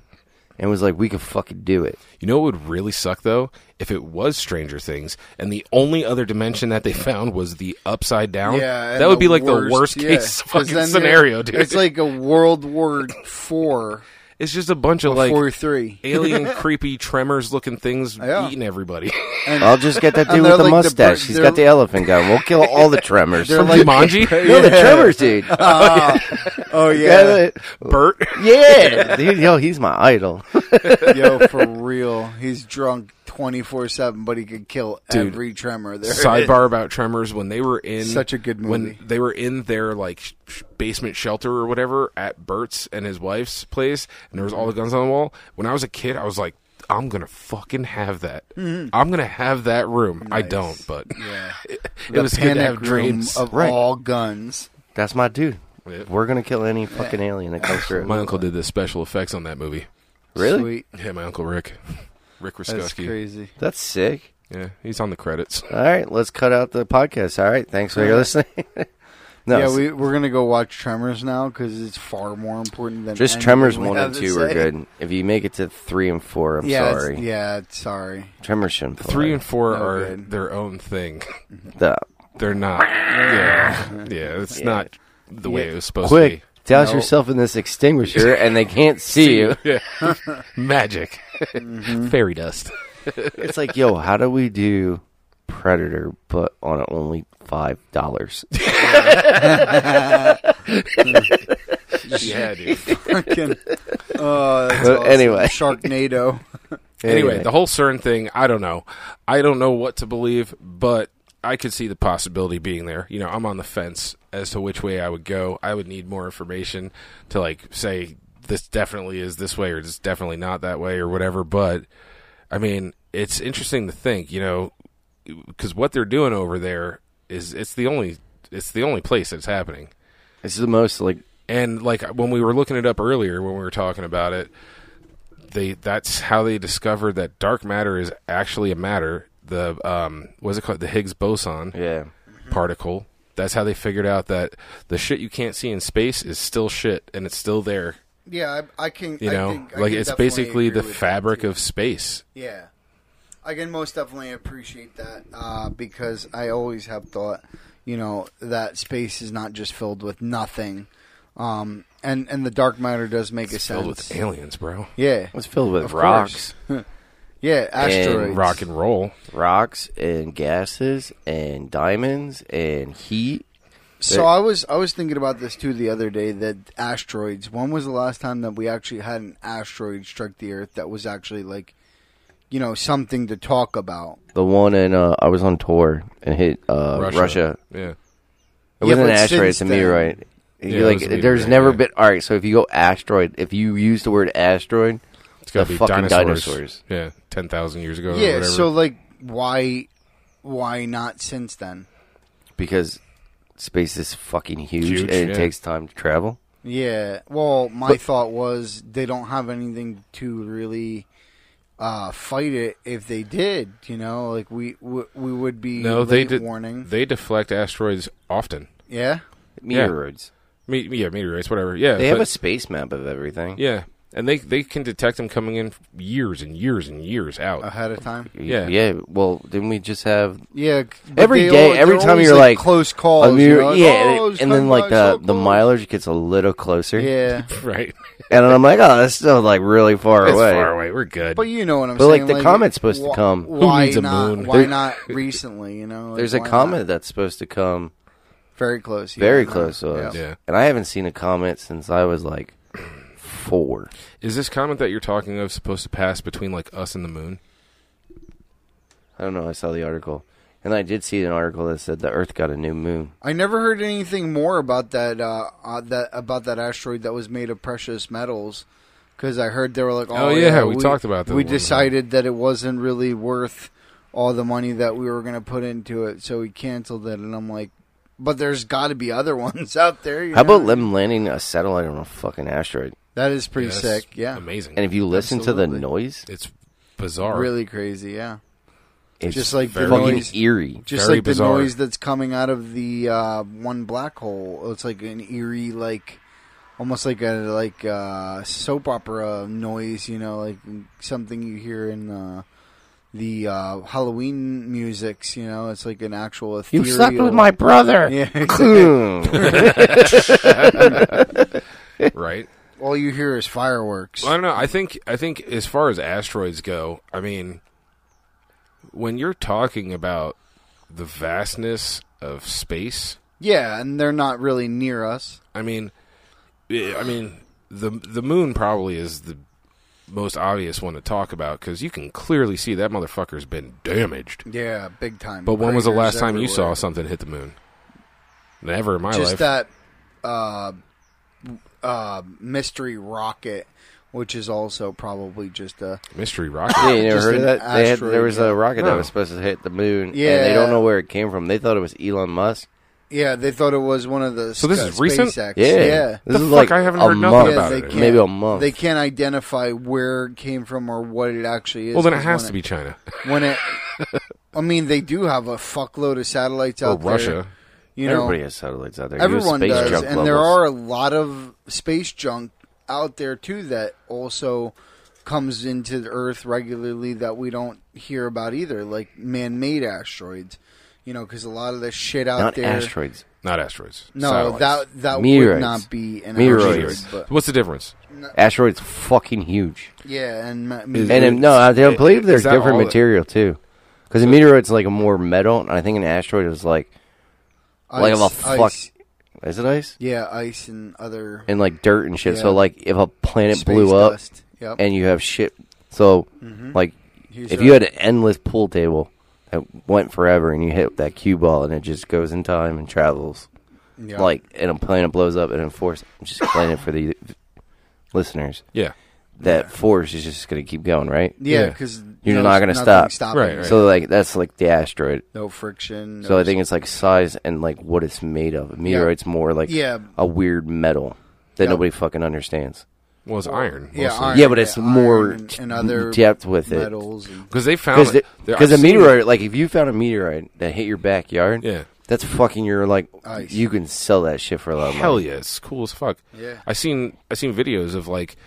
Speaker 1: and was like, "We could fucking do it."
Speaker 2: You know what would really suck though? If it was Stranger Things and the only other dimension that they found was the upside down.
Speaker 3: yeah and
Speaker 2: that would be like the worst
Speaker 3: yeah.
Speaker 2: case
Speaker 3: 'Cause
Speaker 2: fucking
Speaker 3: then
Speaker 2: scenario,
Speaker 3: you're-
Speaker 2: dude.
Speaker 3: it's like a world war four
Speaker 2: it's just a bunch of like
Speaker 3: four three
Speaker 2: alien creepy tremors looking things
Speaker 3: Yeah.
Speaker 2: eating everybody.
Speaker 1: I'll just get that
Speaker 3: And
Speaker 1: dude
Speaker 3: they're
Speaker 1: with the
Speaker 3: like the
Speaker 1: mustache.
Speaker 3: bir-
Speaker 1: He's
Speaker 3: they're-
Speaker 1: got the elephant gun. We'll kill all the tremors.
Speaker 3: They're
Speaker 1: no,
Speaker 3: like-
Speaker 2: Jumanji,
Speaker 1: the tremors, dude.
Speaker 3: oh yeah
Speaker 1: yeah,
Speaker 2: Bert.
Speaker 1: yeah. Dude, yo, he's my idol.
Speaker 3: yo for real he's drunk 24 7 but he could kill
Speaker 2: Dude.
Speaker 3: every tremor there
Speaker 2: Sidebar about tremors when they were in
Speaker 3: Such a good
Speaker 2: when
Speaker 3: movie.
Speaker 2: they were in their like sh- sh- basement shelter or whatever at Bert's and his wife's place, and there was all the guns on the wall. When I was a kid, I was like. I'm gonna fucking have that. I'm gonna have that room. I
Speaker 3: Mm-hmm. Nice.
Speaker 2: don't, but
Speaker 3: Yeah.
Speaker 2: it,
Speaker 3: The
Speaker 2: was good to
Speaker 3: panic
Speaker 2: have
Speaker 3: room
Speaker 2: dreams.
Speaker 3: of
Speaker 1: Right.
Speaker 3: all guns.
Speaker 1: That's my dude.
Speaker 2: Yeah.
Speaker 1: We're gonna kill any fucking alien that comes through.
Speaker 2: my uncle did the special effects on that movie.
Speaker 1: really?
Speaker 3: Sweet.
Speaker 2: Yeah, my uncle Rick, Rick
Speaker 3: That's Oh,
Speaker 2: Ruskowski.
Speaker 3: crazy.
Speaker 1: That's sick.
Speaker 2: Yeah, he's on the credits.
Speaker 1: All right, let's cut out the podcast. All right, thanks for
Speaker 3: Yeah.
Speaker 1: listening. no,
Speaker 3: yeah, we, we're gonna go watch Tremors now because it's far more important than
Speaker 1: just
Speaker 3: anything
Speaker 1: Tremors
Speaker 3: we
Speaker 1: one
Speaker 3: have
Speaker 1: and
Speaker 3: to
Speaker 1: two were
Speaker 3: say.
Speaker 1: good. If you make it to three and four, I'm
Speaker 3: yeah, it's-
Speaker 1: sorry.
Speaker 3: yeah, it's sorry.
Speaker 1: Tremors shouldn't. Play.
Speaker 2: Three and four
Speaker 3: No
Speaker 2: are
Speaker 3: good.
Speaker 2: their own thing.
Speaker 1: the
Speaker 2: They're not. Yeah, yeah. It's
Speaker 1: Yeah.
Speaker 2: not the way
Speaker 1: Yeah.
Speaker 2: it was supposed
Speaker 1: quick. Douse
Speaker 3: No.
Speaker 1: yourself in this extinguisher, and they can't see you.
Speaker 2: to be. Yeah. Mm-hmm. Magic, fairy dust.
Speaker 1: It's like, yo, how do we do Predator, but on only five dollars?
Speaker 2: yeah, dude.
Speaker 3: Fucking- oh, that's
Speaker 1: Well,
Speaker 3: uh, awesome.
Speaker 1: anyway.
Speaker 3: Sharknado.
Speaker 2: Anyway, the whole CERN thing, I don't know. I don't know what to believe, but I could see the possibility being there. You know, I'm on the fence as to which way I would go. I would need more information to like say this definitely is this way or this definitely not that way or whatever, but I mean, it's interesting to think, you know, cuz what they're doing over there is it's the only it's the only place that's happening.
Speaker 1: this is the most like
Speaker 2: And like when we were looking it up earlier, when we were talking about it, they that's how they discovered that dark matter is actually a matter. The um, what's it called? The Higgs boson
Speaker 1: yeah.
Speaker 3: Mm-hmm.
Speaker 2: particle. That's how they figured out that the shit you can't see in space is still shit, and it's still there.
Speaker 3: Yeah, I, I can.
Speaker 2: You
Speaker 3: I
Speaker 2: know,
Speaker 3: think, I
Speaker 2: like
Speaker 3: can
Speaker 2: it's
Speaker 3: definitely
Speaker 2: basically
Speaker 3: agree
Speaker 2: the
Speaker 3: with that,
Speaker 2: fabric
Speaker 3: too.
Speaker 2: of space.
Speaker 3: Yeah, I can most definitely appreciate that uh, because I always have thought, you know, that space is not just filled with nothing, um, and and the dark matter does make a
Speaker 2: It's
Speaker 3: sense.
Speaker 2: filled with aliens, bro.
Speaker 3: yeah,
Speaker 1: It's filled with
Speaker 3: Of
Speaker 1: rocks,
Speaker 3: yeah, asteroids,
Speaker 2: Rock and roll.
Speaker 1: rocks and gases and diamonds and heat.
Speaker 3: So I was I was thinking about this too the other day that asteroids. When was the last time that we actually had an asteroid strike the Earth that was actually like, you know, something to talk about?
Speaker 1: The one in uh, I was on tour and hit uh, Russia.
Speaker 2: Yeah.
Speaker 1: It
Speaker 3: Yeah,
Speaker 1: wasn't an
Speaker 3: but
Speaker 1: asteroid; it's a
Speaker 3: since then-
Speaker 1: meteorite.
Speaker 2: Yeah,
Speaker 1: You're
Speaker 2: it
Speaker 1: like,
Speaker 2: was a meteorite,
Speaker 1: there's never
Speaker 2: yeah.
Speaker 1: been. All right, so if you go asteroid, if you use the word asteroid,
Speaker 2: It's got
Speaker 1: The
Speaker 2: to be
Speaker 1: fucking
Speaker 2: dinosaurs.
Speaker 1: dinosaurs.
Speaker 2: Yeah, 10,000 years ago or
Speaker 3: yeah.
Speaker 2: whatever.
Speaker 3: So like, why, why not since then?
Speaker 1: because space is fucking huge,
Speaker 2: Huge,
Speaker 1: and it
Speaker 2: yeah.
Speaker 1: takes time to travel.
Speaker 3: Yeah. Well, my thought was they don't have anything to really uh, fight it if they did. You know, like we we, we would be
Speaker 2: no, they
Speaker 3: late
Speaker 2: did.
Speaker 3: warning.
Speaker 2: They deflect asteroids often.
Speaker 3: yeah.
Speaker 1: Meteoroids.
Speaker 2: Me- yeah, meteorites, whatever. Yeah,
Speaker 1: They have
Speaker 2: but-
Speaker 1: a space map of everything.
Speaker 2: yeah, and they they can detect them coming in years and years and years out.
Speaker 3: Ahead of time,
Speaker 2: Yeah.
Speaker 1: Yeah. Well, didn't we just have
Speaker 3: yeah.
Speaker 1: Every
Speaker 3: every
Speaker 1: day,
Speaker 3: day,
Speaker 1: every time you're like,
Speaker 3: close calls,
Speaker 1: a mirror?
Speaker 3: you know, like,
Speaker 1: yeah,
Speaker 3: "Oh, it's
Speaker 1: and then
Speaker 3: coming
Speaker 1: like
Speaker 3: by
Speaker 1: the
Speaker 3: so
Speaker 1: the
Speaker 3: close."
Speaker 1: mileage gets a little closer.
Speaker 3: Yeah,
Speaker 2: right,
Speaker 1: And I'm like, oh, that's still like really far
Speaker 2: it's
Speaker 1: away.
Speaker 2: far away. We're good.
Speaker 3: but you know what I'm
Speaker 1: But, like,
Speaker 3: saying.
Speaker 1: the comet's supposed to
Speaker 3: wh-
Speaker 1: come. Who
Speaker 3: Why
Speaker 2: needs a
Speaker 3: not?
Speaker 2: moon?
Speaker 3: Why
Speaker 1: There-
Speaker 3: not recently? You know, Like,
Speaker 1: There's a
Speaker 3: why not?
Speaker 1: comet that's supposed to come
Speaker 3: very close, yeah,
Speaker 1: very
Speaker 3: no,
Speaker 1: close to
Speaker 3: yeah.
Speaker 1: us.
Speaker 2: Yeah.
Speaker 1: And I haven't seen a comet since I was like four.
Speaker 2: Is this comment that you're talking of supposed to pass between like us and the moon?
Speaker 1: I don't know. I saw the article. And I did see an article that said the Earth got a new moon.
Speaker 3: I never heard anything more about that uh, uh, that about that asteroid that was made of precious metals because I heard they were like,
Speaker 2: Oh,
Speaker 3: "Oh,
Speaker 2: yeah, we talked about that
Speaker 3: We
Speaker 2: one. uh,
Speaker 3: decided that it wasn't really worth all the money that we were going to put into it, so we canceled it." And I'm like, "But there's got to be other ones out there." you
Speaker 1: How
Speaker 3: know?
Speaker 1: about them landing a satellite on a fucking asteroid?
Speaker 3: that? Is pretty
Speaker 2: Yes.
Speaker 3: sick. Yeah,
Speaker 2: amazing.
Speaker 1: And if you listen to the
Speaker 3: Absolutely.
Speaker 1: noise,
Speaker 2: it's bizarre.
Speaker 3: really crazy. Yeah,
Speaker 1: it's
Speaker 3: Just like the
Speaker 1: fucking
Speaker 3: noise-
Speaker 1: eerie.
Speaker 3: just
Speaker 2: Very
Speaker 3: like
Speaker 2: bizarre.
Speaker 3: the noise that's coming out of the uh, one black hole. It's like an eerie, like almost like a like uh, soap opera noise. You know, like something you hear in uh, the uh, Halloween musics. You know, it's like an actual.
Speaker 1: You
Speaker 3: ethereal-
Speaker 1: slept with my brother.
Speaker 3: Yeah.
Speaker 1: Hmm.
Speaker 2: right.
Speaker 3: All you hear is fireworks.
Speaker 2: Well, I don't know. I think I think as far as asteroids go, I mean, when you're talking about the vastness of space,
Speaker 3: Yeah, and they're not really near us.
Speaker 2: I mean, eh, I mean the the moon probably is the most obvious one to talk about because you can clearly see that motherfucker's been damaged.
Speaker 3: Yeah, big time.
Speaker 2: But when was the
Speaker 3: Craters
Speaker 2: last time you saw
Speaker 3: everywhere.
Speaker 2: something hit the moon? Never in my
Speaker 3: just uh,
Speaker 2: life.
Speaker 3: that uh, uh, mystery rocket which is also probably just a
Speaker 2: Mystery rocket.
Speaker 1: Yeah, you never
Speaker 3: Just
Speaker 1: heard of
Speaker 3: an
Speaker 1: that? They had, there
Speaker 3: asteroid,
Speaker 1: was
Speaker 3: yeah.
Speaker 1: a rocket that
Speaker 2: No.
Speaker 1: was supposed to hit the moon, and
Speaker 3: Yeah.
Speaker 1: they don't know where it came from. They thought it was Elon Musk.
Speaker 3: yeah. They thought it was one of the
Speaker 2: So this
Speaker 3: uh,
Speaker 2: is recent?
Speaker 3: SpaceX.
Speaker 1: Yeah,
Speaker 3: yeah.
Speaker 1: This
Speaker 2: The
Speaker 1: is
Speaker 2: fuck?
Speaker 1: like
Speaker 2: I haven't
Speaker 1: a
Speaker 2: heard nothing
Speaker 1: month,
Speaker 3: about Yeah, it. they can't-
Speaker 1: Maybe a month.
Speaker 3: They can't identify where it came from or what it actually is.
Speaker 2: Well, then it
Speaker 3: 'cause
Speaker 2: has
Speaker 3: when
Speaker 2: to be China
Speaker 3: when it. I mean, they do have a fuckload of satellites
Speaker 2: or
Speaker 3: out there.
Speaker 2: Russia.
Speaker 3: you know,
Speaker 1: Everybody has satellites out there. You have
Speaker 3: everyone
Speaker 1: space
Speaker 3: does,
Speaker 1: junk
Speaker 3: and there
Speaker 1: levels.
Speaker 3: are a lot of space junk out there too that also comes into the Earth regularly that we don't hear about either, like man-made asteroids. You know, because a lot of the shit out
Speaker 1: not
Speaker 3: there.
Speaker 1: asteroids.
Speaker 2: Not asteroids.
Speaker 3: No,
Speaker 2: satellites.
Speaker 3: that that would
Speaker 1: Meteorites.
Speaker 3: not be an
Speaker 1: Meteoroids.
Speaker 3: asteroid, but
Speaker 2: What's the difference?
Speaker 1: Asteroids fucking huge.
Speaker 3: yeah, and ma-
Speaker 1: And um, no, I don't
Speaker 2: it-
Speaker 1: believe
Speaker 2: is
Speaker 1: they're
Speaker 2: that
Speaker 1: different
Speaker 2: all it-
Speaker 1: material too. Because a meteorite's like a more metal, and I think an asteroid is like like if a fuck
Speaker 3: ice.
Speaker 1: is it ice
Speaker 3: Yeah, ice and other
Speaker 1: and like dirt and shit. So
Speaker 3: Yeah.
Speaker 1: like if a planet
Speaker 3: space
Speaker 1: blew up
Speaker 3: dust. Mm-hmm. Yep.
Speaker 1: and you have shit, so like
Speaker 3: Here's
Speaker 1: if
Speaker 3: a-
Speaker 1: you had an endless pool table that went forever and you hit that cue ball and it just goes in time and travels
Speaker 3: yeah.
Speaker 1: like and a planet blows up and a force I'm just explain it for the listeners
Speaker 2: Yeah.
Speaker 1: that force is just going to keep going right
Speaker 3: yeah,
Speaker 2: yeah.
Speaker 3: because
Speaker 1: You're not gonna stop.
Speaker 2: Right, right.
Speaker 1: so like that's like the asteroid
Speaker 3: no friction.
Speaker 1: so
Speaker 3: no
Speaker 1: i think it's like size and like what it's made of a meteorite's more like
Speaker 3: Yeah.
Speaker 1: a weird metal that
Speaker 3: Yeah.
Speaker 1: nobody fucking understands
Speaker 2: Well, it's iron.
Speaker 3: Yeah, iron.
Speaker 1: yeah but it's
Speaker 3: iron
Speaker 1: more
Speaker 3: and-
Speaker 1: t-
Speaker 3: and other
Speaker 1: depth with it
Speaker 3: metals. And,
Speaker 2: Because they found
Speaker 1: because
Speaker 2: it. there-
Speaker 1: because a
Speaker 2: I've seen-
Speaker 1: meteorite like if you found a meteorite that hit your backyard
Speaker 2: Yeah.
Speaker 1: that's fucking your like
Speaker 3: Ice.
Speaker 1: you can sell that shit for a lot of money
Speaker 2: Hell yeah, it's cool as fuck.
Speaker 3: Yeah.
Speaker 2: I seen I seen videos of like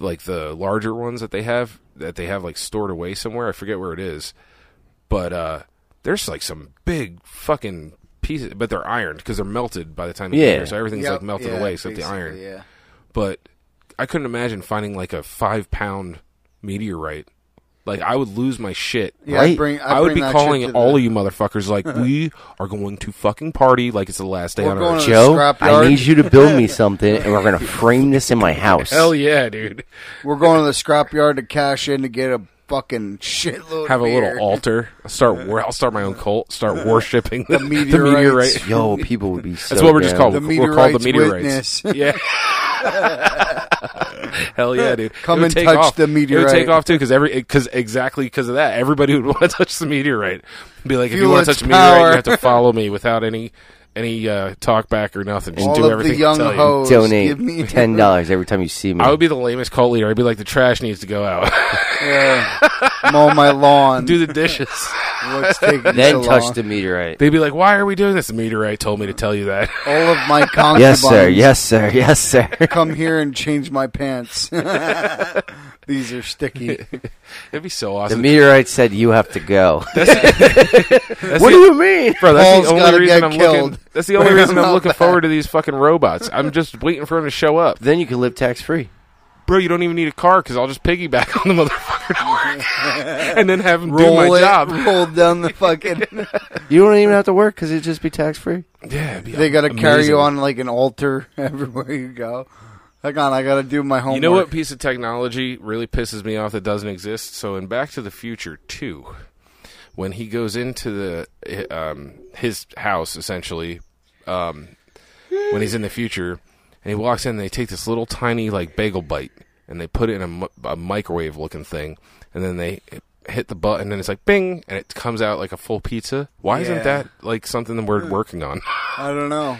Speaker 2: like the larger ones that they have that they have like stored away somewhere. I forget where it is, but uh there's like some big fucking pieces, but they're ironed because they're melted by the time you get
Speaker 1: Yeah.
Speaker 2: here, so everything's
Speaker 3: Yep,
Speaker 2: like melted
Speaker 3: yeah,
Speaker 2: away except the iron.
Speaker 3: basically, Yeah.
Speaker 2: But I couldn't imagine finding like a five pound meteorite. Like I would lose my shit.
Speaker 3: Yeah, I
Speaker 1: Right.
Speaker 3: bring, I
Speaker 2: I would
Speaker 3: bring
Speaker 2: be
Speaker 3: that
Speaker 2: calling
Speaker 3: shit
Speaker 2: all
Speaker 3: to
Speaker 2: of you motherfuckers like we are going to fucking party like it's the last day
Speaker 3: We're
Speaker 2: on
Speaker 3: going
Speaker 2: earth.
Speaker 3: to-
Speaker 1: Joe,
Speaker 3: Scrap yard.
Speaker 1: I need you to build me something, and we're gonna frame this in my house.
Speaker 2: Hell yeah, dude.
Speaker 3: the, We're going to the scrapyard to cash in to get a fucking shitload.
Speaker 2: have a
Speaker 3: of
Speaker 2: little
Speaker 3: beer.
Speaker 2: altar. I'll start. wor- I'll start my own cult. Start worshiping the, the meteorite.
Speaker 3: meteorites.
Speaker 1: Yo, people would be. So
Speaker 2: That's what we're just
Speaker 1: down.
Speaker 2: called.
Speaker 3: The
Speaker 2: we're called the
Speaker 3: meteorites
Speaker 2: meteorites.
Speaker 3: witness.
Speaker 2: Yeah. Hell yeah, dude!
Speaker 3: Come
Speaker 2: It would
Speaker 3: and
Speaker 2: take
Speaker 3: touch
Speaker 2: off.
Speaker 3: the
Speaker 2: It would take
Speaker 3: meteorite.
Speaker 2: off too, because every because exactly because of that, everybody would want to touch the meteorite. Be like, if you
Speaker 3: Feel
Speaker 2: want to
Speaker 3: its
Speaker 2: touch a meteorite,
Speaker 3: power.
Speaker 2: you have to follow me without any any uh, talk back or nothing. Just
Speaker 3: All
Speaker 2: do
Speaker 3: of the
Speaker 2: everything. I
Speaker 3: young
Speaker 2: tell you.
Speaker 3: hoes. Close. Give me-
Speaker 1: Donate ten dollars every time you see me.
Speaker 2: I would be the lamest cult leader. I'd be like, the trash needs to go out.
Speaker 3: Yeah. Mow my lawn.
Speaker 2: do the dishes.
Speaker 3: What's taking so
Speaker 1: then touch
Speaker 3: long?
Speaker 1: the meteorite.
Speaker 2: They'd be like, why are we doing this? The meteorite told me to tell you that.
Speaker 3: All of my concubines.
Speaker 1: Yes, sir. Yes, sir. Yes, sir.
Speaker 3: Come here and change my pants. These are sticky.
Speaker 2: It'd be so
Speaker 1: The
Speaker 2: awesome.
Speaker 1: meteorite said you have to go.
Speaker 2: That's
Speaker 1: what do
Speaker 2: the-
Speaker 1: you mean?
Speaker 2: Bro, that's
Speaker 3: Paul's
Speaker 2: the only
Speaker 3: gotta
Speaker 2: reason
Speaker 3: get
Speaker 2: I'm
Speaker 3: killed.
Speaker 2: looking. That's the only
Speaker 3: Bring
Speaker 2: reason
Speaker 3: him
Speaker 2: I'm
Speaker 3: out
Speaker 2: looking
Speaker 3: back.
Speaker 2: forward to these fucking robots. I'm just waiting for them to show up,
Speaker 1: Then you can live tax free.
Speaker 2: bro. You don't even need a car because I'll just piggyback on the motherfucker to work, and then have him do
Speaker 3: Roll
Speaker 2: my
Speaker 3: it,
Speaker 2: job.
Speaker 3: Roll down the fucking.
Speaker 1: You don't even have to work because it'd just be tax free.
Speaker 2: Yeah, it'd be
Speaker 3: They got to
Speaker 2: amazing.
Speaker 3: carry you on like an altar everywhere you go. Hang on, I got to do my homework.
Speaker 2: You know what piece of technology really pisses me off that doesn't exist? So in Back to the Future 2, when he goes into the um, his house essentially, um, when he's in the future, and he walks in, they take this little tiny like bagel bite and they put it in a, mi- a microwave looking thing, and then they hit the button and it's like bing, and it comes out like a full pizza. Why
Speaker 3: Yeah. Hmm.
Speaker 2: isn't that like something that we're working on?
Speaker 3: I don't know.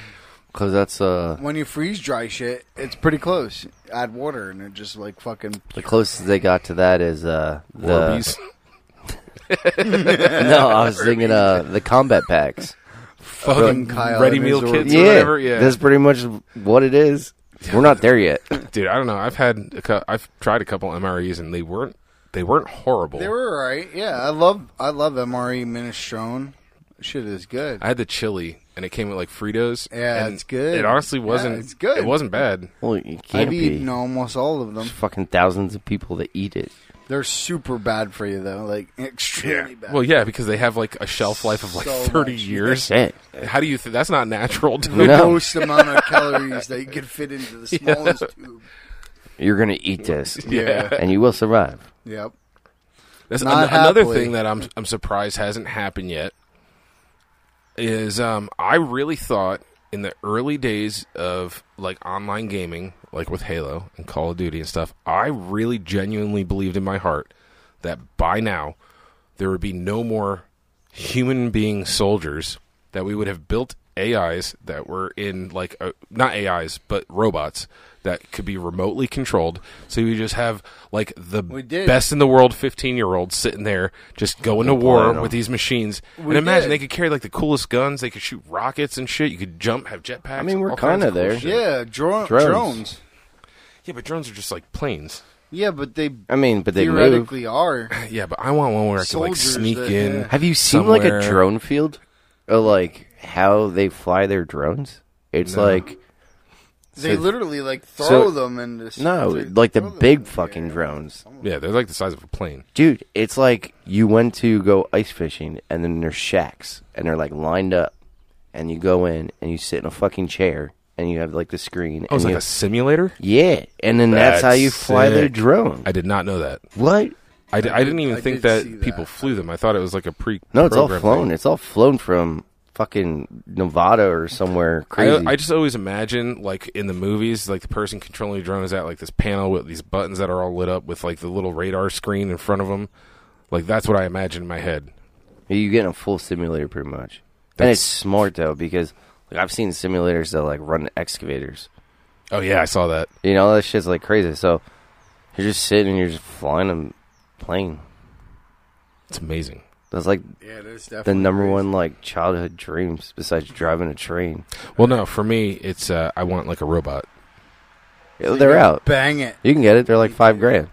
Speaker 1: Because that's uh
Speaker 3: When you freeze dry shit, it's pretty close. Add water and it just like fucking.
Speaker 1: the closest they got to that is uh the
Speaker 2: Orbeez?
Speaker 1: no. I was thinking uh the combat packs.
Speaker 2: fucking
Speaker 3: Kyle
Speaker 2: ready
Speaker 3: and
Speaker 2: meal
Speaker 3: his
Speaker 2: kits
Speaker 3: Orbeez.
Speaker 2: or whatever. Yeah,
Speaker 1: that's pretty much what it is. We're not there yet.
Speaker 2: Dude, I don't know. I've had a cou- I've tried a couple MREs and they weren't they weren't horrible.
Speaker 3: They were alright. Yeah, I love I love MRE minestrone. Shit is good.
Speaker 2: I had the chili and it came with like Fritos.
Speaker 3: Yeah,
Speaker 2: and
Speaker 3: it's good.
Speaker 2: It honestly
Speaker 3: Yeah,
Speaker 2: wasn't.
Speaker 3: it's good.
Speaker 2: It wasn't bad.
Speaker 1: Well, you can't
Speaker 3: I've
Speaker 1: be.
Speaker 3: eaten almost all of them.
Speaker 1: There's fucking thousands of people that eat it.
Speaker 3: They're super bad for you though, like extremely bad.
Speaker 2: Well, yeah, because they have like a shelf life of like
Speaker 3: So
Speaker 2: thirty
Speaker 3: much.
Speaker 2: years.
Speaker 1: Shit.
Speaker 2: How do you? Th- that's not natural,
Speaker 3: the
Speaker 2: dude.
Speaker 1: No.
Speaker 3: most amount of calories that you could fit into the smallest tube.
Speaker 1: You're gonna eat this,
Speaker 3: Yeah.
Speaker 1: and you will survive.
Speaker 3: Yep.
Speaker 2: That's
Speaker 3: Not
Speaker 2: an- another
Speaker 3: happily.
Speaker 2: thing that I'm I'm surprised hasn't happened yet. Is um I really thought in the early days of like online gaming, like with Halo and Call of Duty and stuff, I really genuinely believed in my heart that by now there would be no more human being soldiers that we would have built AIs that were in like uh not AIs but robots that could be remotely controlled. So you just have like the
Speaker 3: We did.
Speaker 2: best in the world 15 year old sitting there just going to
Speaker 1: Blowing
Speaker 2: war
Speaker 1: 'em.
Speaker 2: with these machines.
Speaker 3: We
Speaker 2: and imagine
Speaker 3: did.
Speaker 2: they could carry like the coolest guns. They could shoot rockets and shit. You could jump, have jetpacks.
Speaker 1: I mean, we're
Speaker 2: all kinds
Speaker 1: kinda
Speaker 2: cool
Speaker 1: there.
Speaker 2: shit.
Speaker 3: Yeah, dro-
Speaker 1: Drones.
Speaker 3: drones.
Speaker 2: Yeah, but drones are just like planes.
Speaker 3: Yeah, but they
Speaker 1: I mean, but they move.
Speaker 3: theoretically are.
Speaker 2: Yeah, but I want one where I can like
Speaker 3: Soldiers
Speaker 2: sneak
Speaker 3: that-
Speaker 2: in.
Speaker 3: yeah.
Speaker 1: Have you seen like a
Speaker 2: somewhere.
Speaker 1: drone field, or like how they fly their drones? It's
Speaker 2: No.
Speaker 1: like
Speaker 3: They
Speaker 1: So-
Speaker 3: literally like
Speaker 1: so-
Speaker 3: throw them and just,
Speaker 1: no,
Speaker 3: they
Speaker 1: like the
Speaker 3: throw them in
Speaker 1: big
Speaker 3: the
Speaker 1: fucking
Speaker 3: air.
Speaker 1: drones,
Speaker 2: Yeah, they're like the size of a plane.
Speaker 1: dude. It's like you went to go ice fishing, and then there's shacks, and they're like lined up, and you go in and you sit in a fucking chair, and you have like the screen.
Speaker 2: Oh, it's
Speaker 1: and
Speaker 2: like
Speaker 1: you-
Speaker 2: a simulator.
Speaker 1: Yeah, and then that's, how
Speaker 2: That's
Speaker 1: you fly their
Speaker 2: sick.
Speaker 1: drone.
Speaker 2: I did not know that.
Speaker 1: what?
Speaker 2: I, d- I didn't even
Speaker 3: I
Speaker 2: think
Speaker 3: did
Speaker 2: that
Speaker 3: see that.
Speaker 2: people flew them. I thought it was like a pre.
Speaker 1: No, it's all
Speaker 2: programmed
Speaker 1: flown.
Speaker 2: thing.
Speaker 1: It's all flown from fucking Nevada or somewhere crazy.
Speaker 2: I, I just always imagine, like in the movies, like the person controlling the drone is at like this panel with these buttons that are all lit up with like the little radar screen in front of them. Like that's what I imagine in my head.
Speaker 1: You're getting a full simulator pretty much. and
Speaker 2: That's-
Speaker 1: it's smart though because like I've seen simulators that like run excavators.
Speaker 2: Oh yeah, I saw that.
Speaker 1: You know that shit's like crazy. So you're just sitting and you're just flying a plane.
Speaker 2: It's amazing.
Speaker 1: That's like
Speaker 3: Yeah, that's definitely
Speaker 1: the number
Speaker 3: crazy.
Speaker 1: one like childhood dreams besides driving a train.
Speaker 2: Well, no, for me, it's uh, I want like a robot.
Speaker 1: They're out.
Speaker 3: Bang it.
Speaker 1: You can get it. They're like five grand.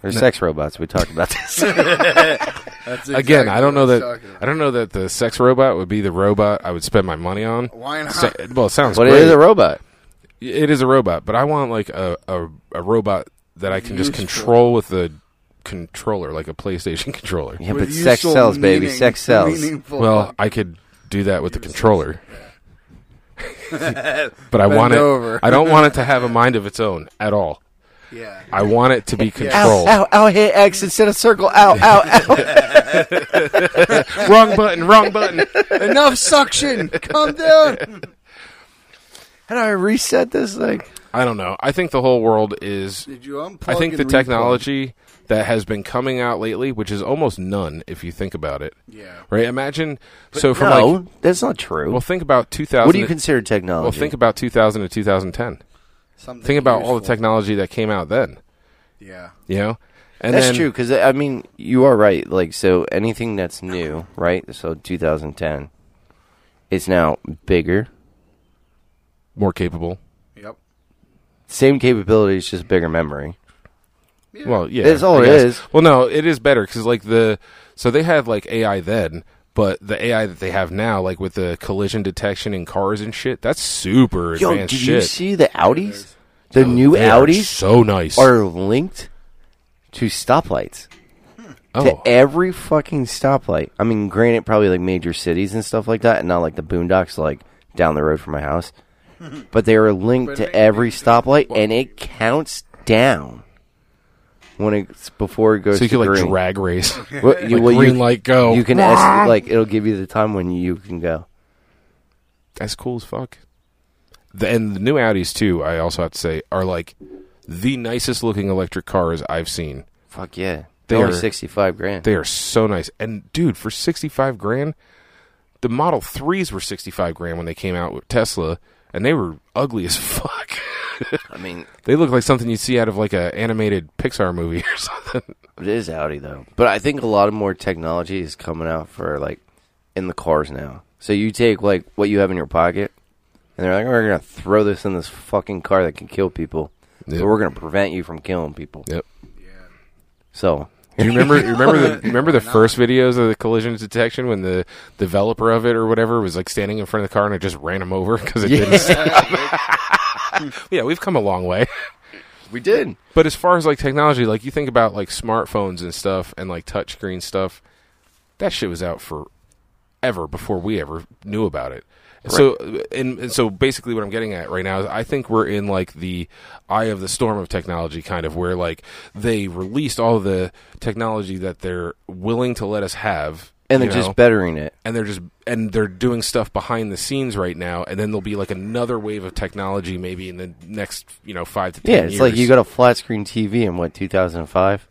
Speaker 1: They're sex robots. We talked about this.
Speaker 3: That's
Speaker 2: Again,
Speaker 3: exactly
Speaker 2: I don't
Speaker 3: what
Speaker 2: know
Speaker 3: I'm
Speaker 2: that
Speaker 3: talking about.
Speaker 2: I don't know that the sex robot would be the robot I would spend my money on.
Speaker 3: Why not?
Speaker 2: So- well, it sounds
Speaker 1: but
Speaker 2: great.
Speaker 1: it is a robot.
Speaker 2: It is a robot, but I want like a a, a robot that I can just
Speaker 3: Useful.
Speaker 2: control with a controller, like a PlayStation controller.
Speaker 1: Yeah,
Speaker 3: With
Speaker 1: but sex
Speaker 3: useful
Speaker 1: sells, baby.
Speaker 3: meaning-
Speaker 1: Sex sells.
Speaker 3: meaningful-
Speaker 2: Well, I could do that with the controller. but I
Speaker 3: Bend
Speaker 2: want it.
Speaker 3: over.
Speaker 2: I don't want it to have a mind of its own at all.
Speaker 3: yeah.
Speaker 2: I want it to be
Speaker 1: Ow,
Speaker 2: controlled.
Speaker 1: ow, ow, hit X instead of circle. Ow, ow, ow.
Speaker 2: wrong button. Wrong button.
Speaker 3: Enough suction. Calm down.
Speaker 1: How do I reset this thing?
Speaker 2: I don't know. I think the whole world is.
Speaker 3: Did you unplug?
Speaker 2: I think
Speaker 3: and
Speaker 2: the
Speaker 3: replug?
Speaker 2: technology that has been coming out lately, which is almost none, if you think about it,
Speaker 3: Yeah.
Speaker 2: right? Imagine. so from
Speaker 1: no,
Speaker 2: like,
Speaker 1: that's not true.
Speaker 2: well, think about 2000.
Speaker 1: what do you consider technology?
Speaker 2: well, think about 2000 to 2010.
Speaker 3: Something
Speaker 2: Think about all the
Speaker 3: useful.
Speaker 2: technology that came out then.
Speaker 3: Yeah.
Speaker 2: You know, and
Speaker 1: that's
Speaker 2: then,
Speaker 1: true because I mean you are right. Like so, anything that's new, right? So 2010, it's now bigger,
Speaker 2: More capable.
Speaker 3: Yep.
Speaker 1: same capabilities, just bigger memory.
Speaker 3: Yeah.
Speaker 2: Well, yeah,
Speaker 1: That's all
Speaker 2: I
Speaker 1: it
Speaker 2: guess.
Speaker 1: is.
Speaker 2: Well, no, it is better because like the so they had like AI then, but the AI that they have now, like with the collision detection in cars and shit, that's super
Speaker 1: Yo, did
Speaker 2: advanced
Speaker 1: you
Speaker 2: shit. Oh,
Speaker 1: see the Audis? The new
Speaker 2: They are
Speaker 1: Audis
Speaker 2: so nice.
Speaker 1: are linked to stoplights.
Speaker 2: oh,
Speaker 1: to every fucking stoplight. I mean, granted, probably like major cities and stuff like that, and not like the boondocks, like down the road from my house. But they are linked to every stoplight, and it counts down when it's before it goes.
Speaker 2: so you
Speaker 1: to
Speaker 2: could like
Speaker 1: green.
Speaker 2: drag race,
Speaker 1: Well, you, well, you-
Speaker 2: green light go.
Speaker 1: You can ask, like it'll give you the time when you can go.
Speaker 2: that's cool as fuck. The, and the new Audis too. I also have to say are like the nicest looking electric cars I've seen.
Speaker 1: Fuck yeah,
Speaker 2: They
Speaker 1: they're
Speaker 2: are-
Speaker 1: sixty-five grand.
Speaker 2: They are so nice. And dude, for sixty five grand, the Model Threes were sixty five grand when they came out with Tesla, and they were ugly as fuck.
Speaker 1: I mean,
Speaker 2: they look like something you'd see out of like a animated Pixar movie or something.
Speaker 1: it is Audi though, but I think a lot of more technology is coming out for like in the cars now. So you take like what you have in your pocket, and they're like, "Oh, "We're gonna throw this in this fucking car that can kill people,
Speaker 2: Yep.
Speaker 1: but we're gonna prevent you from killing people."
Speaker 2: Yep.
Speaker 1: So
Speaker 2: Do you remember? you remember the remember the first videos of the collision detection when the developer of it or whatever was like standing in front of the car and it just ran him over because it didn't. Stop. yeah, we've come a long way.
Speaker 1: we did.
Speaker 2: But as far as like technology, like you think about like smartphones and stuff and like touchscreen stuff, that shit was out for ever before we ever knew about it. So uh, and, and so basically what I'm getting at right now is I think we're in like the eye of the storm of technology kind of where like they released all the technology that they're willing to let us have
Speaker 1: and they're
Speaker 2: you
Speaker 1: just
Speaker 2: know.
Speaker 1: bettering it.
Speaker 2: and they're just and they're doing stuff behind the scenes right now and then there'll be like another wave of technology maybe in the next you know five to ten
Speaker 1: Yeah, it's like
Speaker 2: years.
Speaker 1: you got a flat screen TV in what 2005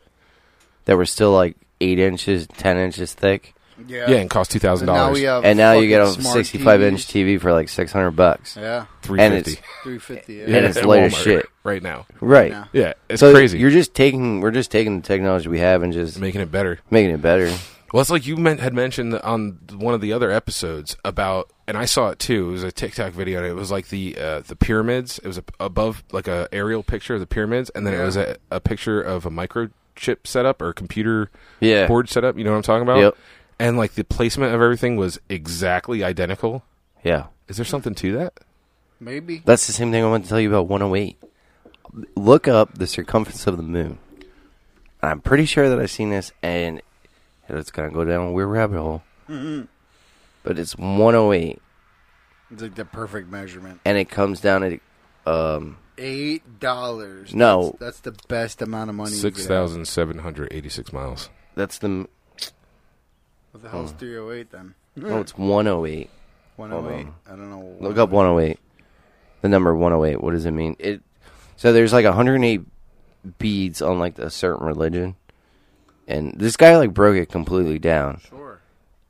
Speaker 1: that were still like eight inches, ten inches thick,
Speaker 2: yeah and uh, cost two thousand dollars
Speaker 3: have
Speaker 1: and now you get a
Speaker 3: fucking smart
Speaker 1: 65 inch
Speaker 3: TVs.
Speaker 1: TV for like 600 bucks,
Speaker 3: Yeah,
Speaker 2: three
Speaker 1: and it's
Speaker 2: fifty
Speaker 3: three fifty. Yeah.
Speaker 1: and it's light as shit.
Speaker 2: right now
Speaker 1: right?
Speaker 3: Yeah.
Speaker 2: yeah it's
Speaker 1: so
Speaker 2: crazy
Speaker 1: You're just taking we're just taking the technology we have and just
Speaker 2: making it better
Speaker 1: making it better.
Speaker 2: Well, it's like you meant, had mentioned on one of the other episodes about, and I saw it too. It was a TikTok video, and it was like the uh, the pyramids. It was a, above like a aerial picture of the pyramids, and then it
Speaker 3: Yeah.
Speaker 2: was a, a picture of a microchip setup or computer
Speaker 1: Yeah.
Speaker 2: board setup. You know what I'm talking about?
Speaker 1: Yep.
Speaker 2: And like the placement of everything was exactly identical.
Speaker 1: Yeah.
Speaker 2: Is there something to that?
Speaker 3: Maybe.
Speaker 1: That's the same thing I want to tell you about 108. Look up the circumference of the moon. I'm pretty sure that I've seen this, and it's going to go down a weird rabbit hole. But it's 108,
Speaker 3: It's like the perfect measurement.
Speaker 1: and it comes down at um,
Speaker 3: Eight dollars.
Speaker 1: No.
Speaker 3: that's, that's the best amount of money. you
Speaker 2: Six
Speaker 3: could have.
Speaker 2: thousand seven hundred eighty six miles.
Speaker 1: that's the
Speaker 3: What the hell's three oh eight then?
Speaker 1: no, it's 108.
Speaker 3: One oh eight.
Speaker 1: on.
Speaker 3: I don't know.
Speaker 1: Look up 108. The number 108. What does it mean? It so there's like 108 beads on like a certain religion, and this guy like broke it completely down.
Speaker 2: Sure.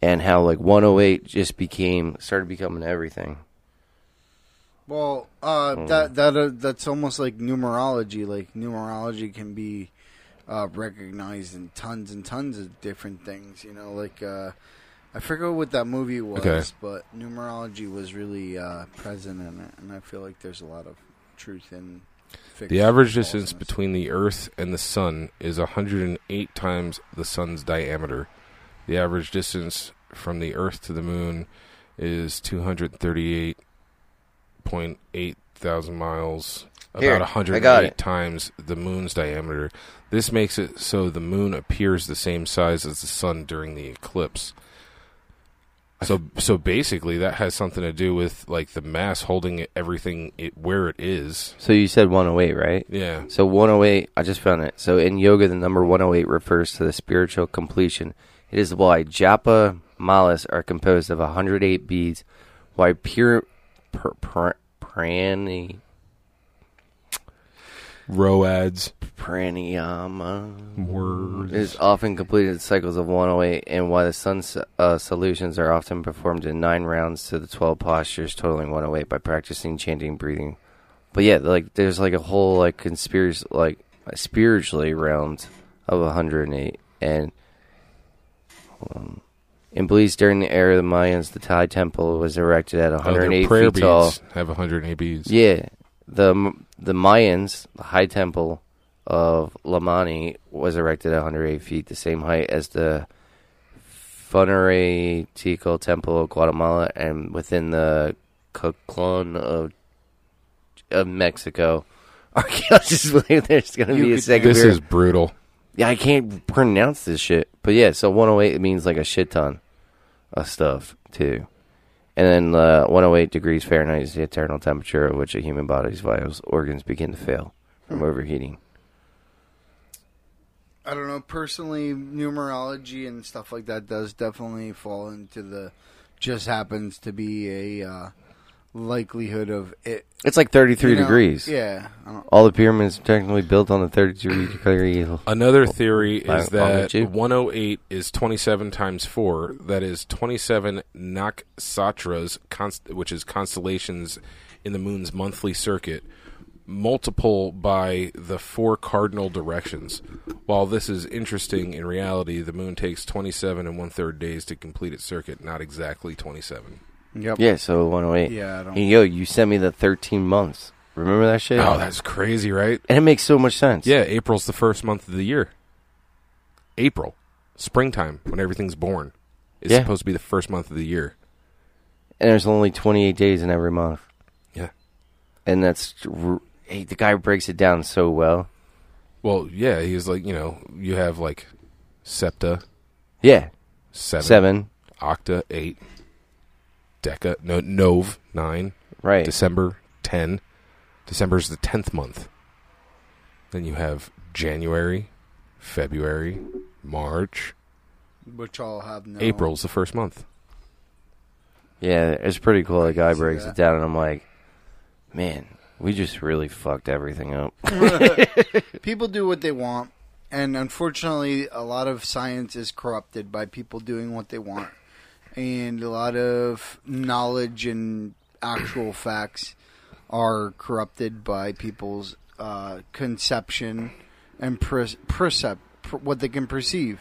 Speaker 1: and how like 108 just became started becoming everything.
Speaker 3: Well, uh, that that uh, that's almost like numerology. Like numerology can be uh, recognized in tons and tons of different things. You know, like uh, I forget what that movie was,
Speaker 2: Okay.
Speaker 3: but numerology was really uh, present in it, and I feel like there's a lot of truth in. Fiction
Speaker 2: The average
Speaker 3: falseness.
Speaker 2: distance between the Earth and the Sun is 108 times the Sun's diameter. The average distance from the Earth to the Moon is 238.8 thousand miles, about
Speaker 1: Here, I got
Speaker 2: 108
Speaker 1: it.
Speaker 2: times the Moon's diameter. This makes it so the Moon appears the same size as the Sun during the eclipse. So, so basically, that has something to do with like the mass holding it- everything it, where it is.
Speaker 1: So you said 108, right?
Speaker 2: Yeah.
Speaker 1: So 108, I just found it. So in yoga, the number 108 refers to the spiritual completion. It is why japa malas are composed of 108 beads, why pure per, per, prani,
Speaker 2: Roads
Speaker 1: pranayama
Speaker 2: words.
Speaker 1: is often completed in cycles of 108, and why the sun's uh, solutions are often performed in nine rounds to the 12 postures, totaling 108 by practicing chanting, breathing. But yeah, like there's like a whole like conspiracy, like spiritually round of 108, and um, in Belize during the era of the Mayans, the Thai temple was erected at
Speaker 2: Oh, their
Speaker 1: 108
Speaker 2: prayer
Speaker 1: feet tall.
Speaker 2: beads have 108 beads.
Speaker 1: Yeah, the the Mayans, the high temple of Lamani, was erected 108 feet, the same height as the Funerae Tico Temple of Guatemala, and within the Coclon of of Mexico. Archaeologists believe there's going to
Speaker 3: You
Speaker 1: be a
Speaker 3: could-
Speaker 1: second.
Speaker 2: This
Speaker 1: period.
Speaker 2: is brutal.
Speaker 1: yeah, I can't pronounce this shit, but yeah. So 108 it means like a shit ton of stuff too. And then uh, 108 degrees Fahrenheit is the eternal temperature at which a human body's vital organs begin to fail
Speaker 3: Hmm.
Speaker 1: from overheating.
Speaker 3: I don't know. Personally, numerology and stuff like that does definitely fall into the just happens to be a uh, likelihood of it.
Speaker 1: It's like 33
Speaker 3: you know?
Speaker 1: degrees.
Speaker 3: Yeah. I don't,
Speaker 1: All the pyramids are technically built on the 33 degree.
Speaker 2: Another theory
Speaker 1: I-
Speaker 2: is
Speaker 1: I'll
Speaker 2: that
Speaker 1: let you.
Speaker 2: 108 is 27 times 4. That is 27 nakshatras, const- which is constellations in the moon's monthly circuit, multiple by the four cardinal directions. While this is interesting, in reality, the moon takes 27 and one third days to complete its circuit, not exactly 27.
Speaker 3: yep.
Speaker 1: Yeah, so 108.
Speaker 3: Yeah, I don't-
Speaker 1: And yo, you sent me the 13 months. Remember that shit?
Speaker 2: Oh, that's crazy, right?
Speaker 1: and it makes so much sense.
Speaker 2: Yeah, April's the first month of the year. April, springtime, when everything's born, is
Speaker 1: Yeah.
Speaker 2: supposed to be the first month of the year.
Speaker 1: And there's only 28 days in every month.
Speaker 2: Yeah.
Speaker 1: And that's. r- Hey, the guy breaks it down so well.
Speaker 2: Well, yeah, he's like, you know, you have like septa,
Speaker 1: Yeah.
Speaker 2: seven,
Speaker 1: Seven.
Speaker 2: octa, eight, deca, no, nove, nine,
Speaker 1: Right.
Speaker 2: December, ten. December's the tenth month. Then you have January, February, March,
Speaker 3: which I'll have no.
Speaker 2: April's the first month.
Speaker 1: Yeah, it's pretty cool. The guy
Speaker 3: see
Speaker 1: breaks
Speaker 3: that.
Speaker 1: it down, and I'm like, man, we just really fucked everything up.
Speaker 3: people do what they want, and unfortunately, a lot of science is corrupted by people doing what they want, and a lot of knowledge and actual facts are corrupted by people's uh, conception and per- percep- per- what they can perceive.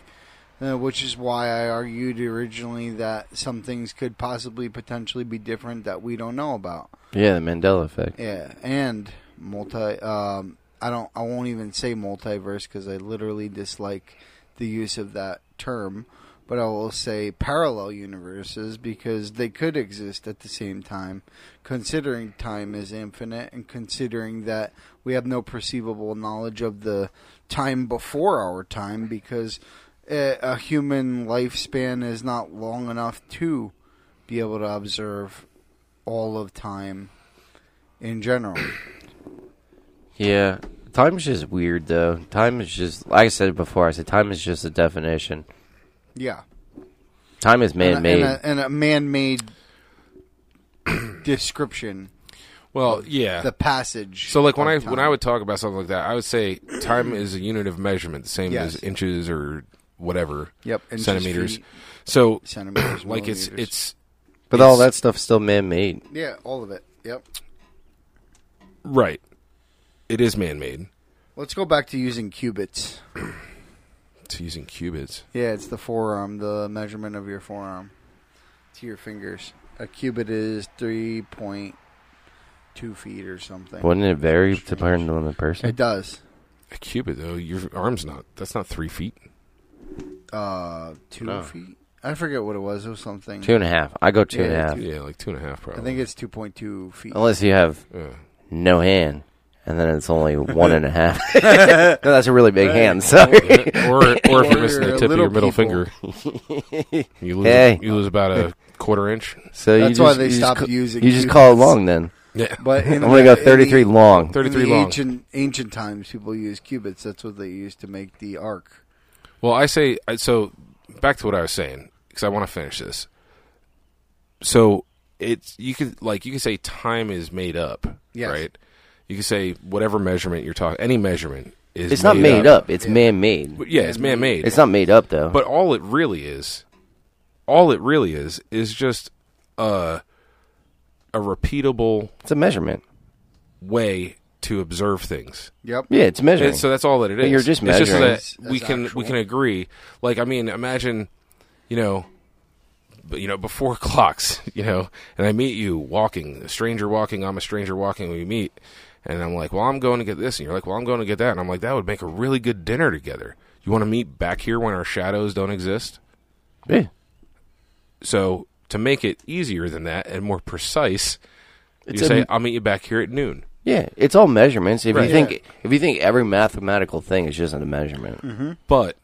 Speaker 3: Uh, which is why I argued originally that some things could possibly potentially be different that we don't know about.
Speaker 1: yeah, the Mandela effect.
Speaker 3: Yeah, and multi. Um, I don't. I won't even say multiverse because I literally dislike the use of that term. But I will say parallel universes because they could exist at the same time, considering time is infinite and considering that we have no perceivable knowledge of the time before our time because a, a human lifespan is not long enough to be able to observe all of time in general.
Speaker 1: Yeah. Time's just weird, though. Time is just, like I said before, I said time is just a definition.
Speaker 3: Yeah,
Speaker 1: Time is man
Speaker 3: and a,
Speaker 1: made.
Speaker 3: and a, and a man-made description,
Speaker 2: Well, yeah.
Speaker 3: the passage.
Speaker 2: So like when
Speaker 3: of
Speaker 2: I
Speaker 3: time.
Speaker 2: when I would talk about something like that, I would say time is a unit of measurement, the same
Speaker 3: Yes.
Speaker 2: as inches or whatever.
Speaker 3: Yep, inches,
Speaker 2: centimeters.
Speaker 3: feet,
Speaker 2: So
Speaker 3: centimeters,
Speaker 2: like it's
Speaker 3: millimeters.
Speaker 2: it's
Speaker 1: But all that stuff's still man made.
Speaker 3: yeah, all of it. Yep.
Speaker 2: right. It is man made.
Speaker 3: Let's go back to using cubits.
Speaker 2: It's using cubits.
Speaker 3: Yeah, it's the forearm, the measurement of your forearm to your fingers. A cubit is three point two feet or something.
Speaker 1: Wouldn't it vary depending on the person?
Speaker 3: It does.
Speaker 2: A cubit though, your arm's not. That's not three feet.
Speaker 3: Uh, two
Speaker 1: No.
Speaker 3: feet. I forget what it was. It was something.
Speaker 1: Oh. Two and a half. I go two and a
Speaker 3: Yeah,
Speaker 1: half.
Speaker 3: two-
Speaker 2: Yeah, like two and a half
Speaker 3: I
Speaker 2: probably.
Speaker 3: think it's two point two feet.
Speaker 1: Unless you have
Speaker 2: Yeah.
Speaker 1: no hand, and then it's only one and a half. no, that's a really big hand. So
Speaker 2: or or if
Speaker 3: Or
Speaker 2: you're missing the
Speaker 3: a
Speaker 2: tip of
Speaker 3: little
Speaker 2: your middle
Speaker 3: people.
Speaker 2: finger, you lose
Speaker 1: Hey.
Speaker 2: you lose about a quarter inch.
Speaker 1: So you
Speaker 3: That's why
Speaker 1: just-
Speaker 3: they
Speaker 1: you just
Speaker 3: stopped
Speaker 1: ca-
Speaker 3: using
Speaker 1: You just call it
Speaker 3: cubits.
Speaker 1: long then.
Speaker 2: Yeah,
Speaker 3: But in
Speaker 1: I'm gonna go
Speaker 3: the- in the-
Speaker 1: 33 long.
Speaker 2: thirty-three
Speaker 3: in the
Speaker 2: long.
Speaker 3: Ancient, ancient times, people used cubits. That's what they used to make the arc.
Speaker 2: Well, I say I- so. Back to what I was saying because I want to finish this. So it's you could like you could say time is made up,
Speaker 3: Yes.
Speaker 2: right? You could say whatever measurement you're talking, any measurement is
Speaker 1: It's not made up. It's man made.
Speaker 2: But yeah, it's man made.
Speaker 1: It's not made up though.
Speaker 2: But all it really is, all it really is, is just a a repeatable
Speaker 1: it's a measurement.
Speaker 2: way to observe things.
Speaker 3: Yep.
Speaker 1: Yeah, it's measuring.
Speaker 2: And so that's all that it is.
Speaker 1: you're just
Speaker 2: it's just so
Speaker 1: measuring.
Speaker 2: that we
Speaker 3: As
Speaker 2: can
Speaker 3: actual.
Speaker 2: we can agree. Like I mean, imagine, you know, but you know before clocks, you know, and I meet you walking, a stranger walking, I'm a stranger walking. We meet, and I'm like, well, I'm going to get this, and you're like, well, I'm going to get that, and I'm like, that would make a really good dinner together. You want to meet back here when our shadows don't exist?
Speaker 1: yeah.
Speaker 2: So to make it easier than that and more precise,
Speaker 1: It's
Speaker 2: you
Speaker 1: a-
Speaker 2: say, I'll meet you back here at noon.
Speaker 1: Yeah, it's all measurements. If
Speaker 2: Right.
Speaker 1: you think if you think every mathematical thing is just a measurement,
Speaker 2: Mm-hmm. But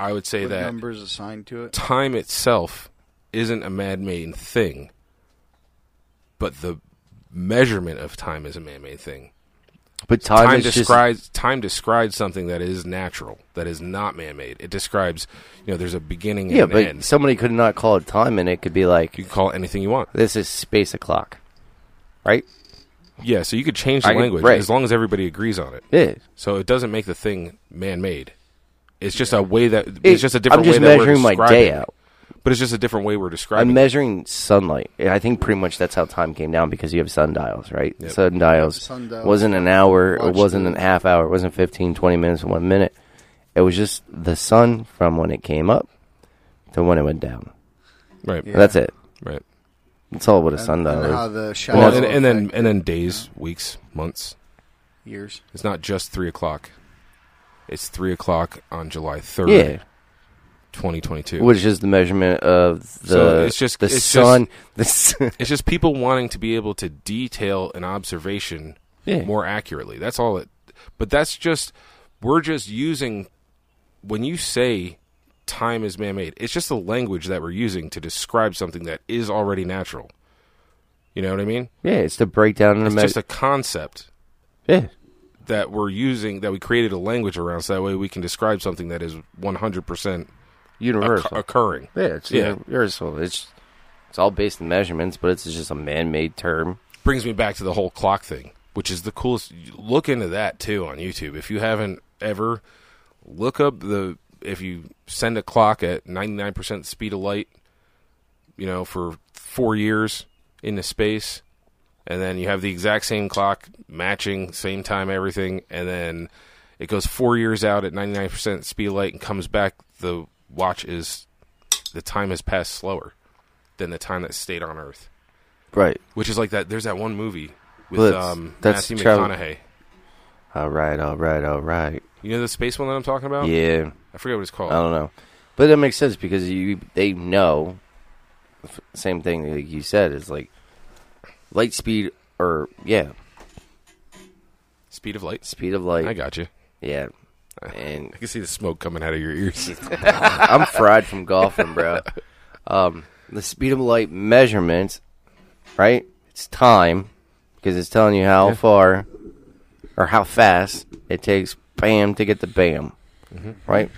Speaker 2: I would say
Speaker 3: With
Speaker 2: that
Speaker 3: numbers assigned to it.
Speaker 2: time itself isn't a man-made thing, but the measurement of time is a man-made thing.
Speaker 1: but time,
Speaker 2: time
Speaker 1: is just-
Speaker 2: describes time describes something that is natural, that is not man-made. It describes, you know, there's a beginning
Speaker 1: yeah.
Speaker 2: and
Speaker 1: But
Speaker 2: an end.
Speaker 1: somebody could not call it time, and it could be
Speaker 2: You
Speaker 1: like
Speaker 2: can call it anything you want.
Speaker 1: this is space o'clock, right?
Speaker 2: Yeah, so you could change the
Speaker 1: I could-
Speaker 2: language
Speaker 1: right.
Speaker 2: as long as everybody agrees on it.
Speaker 1: Yeah,
Speaker 2: So it doesn't make the thing man-made. It's just a way that it's
Speaker 1: It-
Speaker 2: just a different
Speaker 1: I'm just
Speaker 2: way that
Speaker 1: measuring
Speaker 2: we're
Speaker 1: my
Speaker 2: describing
Speaker 1: day
Speaker 2: it.
Speaker 1: out.
Speaker 2: But it's just a different way we're
Speaker 1: I'm
Speaker 2: describing. it.
Speaker 1: measuring sunlight. Yeah, I think pretty much that's how time came down because you have sundials, right? Sundials,
Speaker 3: Sundial.
Speaker 1: wasn't an hour, it
Speaker 3: Watch
Speaker 1: wasn't
Speaker 3: the-
Speaker 1: an half hour, it wasn't 15, 20 minutes, one minute. It was just the sun from when it came up to when it went down.
Speaker 2: right.
Speaker 3: Yeah.
Speaker 1: That's it.
Speaker 2: Right.
Speaker 1: That's all what a
Speaker 3: And,
Speaker 1: sundial
Speaker 3: and how
Speaker 1: is.
Speaker 3: the shadow
Speaker 2: Well, and, and then
Speaker 3: affect
Speaker 2: and then days, weeks, months.
Speaker 3: years.
Speaker 2: It's not just three o'clock. It's three o'clock on July third,
Speaker 1: Yeah,
Speaker 2: twenty twenty two.
Speaker 1: which is the measurement of the
Speaker 2: So it's just-
Speaker 1: the
Speaker 2: it's just-
Speaker 1: sun. the sun.
Speaker 2: It's just people wanting to be able to detail an observation
Speaker 1: Yeah.
Speaker 2: more accurately. That's all it. But that's just we're just using when you say time is man made. It's just the language that we're using to describe something that is already natural. You know what I mean?
Speaker 1: yeah, it's the breakdown in the
Speaker 2: It's
Speaker 1: me-
Speaker 2: just a concept
Speaker 1: yeah.
Speaker 2: that we're using that we created a language around so that way we can describe something that is 100%
Speaker 1: universal.
Speaker 2: occur- occurring.
Speaker 1: yeah, it's
Speaker 2: Yeah.
Speaker 1: universal. It's it's all based in measurements, but it's just a man-made term.
Speaker 2: brings me back to the whole clock thing, which is the coolest. Look into that too on YouTube if you haven't ever. Look up the if you send a clock at ninety nine percent speed of light, you know, for four years into space, and then you have the exact same clock matching same time everything, and then it goes four years out at ninety nine percent speed of light and comes back. The watch is the time has passed slower than the time that stayed on Earth
Speaker 1: Right.
Speaker 2: which is like that. There's that one movie with
Speaker 1: Well, that's-
Speaker 2: um,
Speaker 1: that's
Speaker 2: Matthew
Speaker 1: Travel-
Speaker 2: McConaughey.
Speaker 1: All right. All right. All right.
Speaker 2: You know the space one that I'm talking about?
Speaker 1: Yeah. Uh,
Speaker 2: I forget what it's called.
Speaker 1: I don't know, but that makes sense because you they know. f- Same thing like you said is like light speed or yeah
Speaker 2: Speed of light.
Speaker 1: speed of light.
Speaker 2: I got you.
Speaker 1: yeah, and
Speaker 2: I can see the smoke coming out of your ears.
Speaker 1: I'm fried from golfing, bro. Um, the speed of light measurements, right? It's time because it's telling you how far or how fast it takes. Bam to get the bam, right?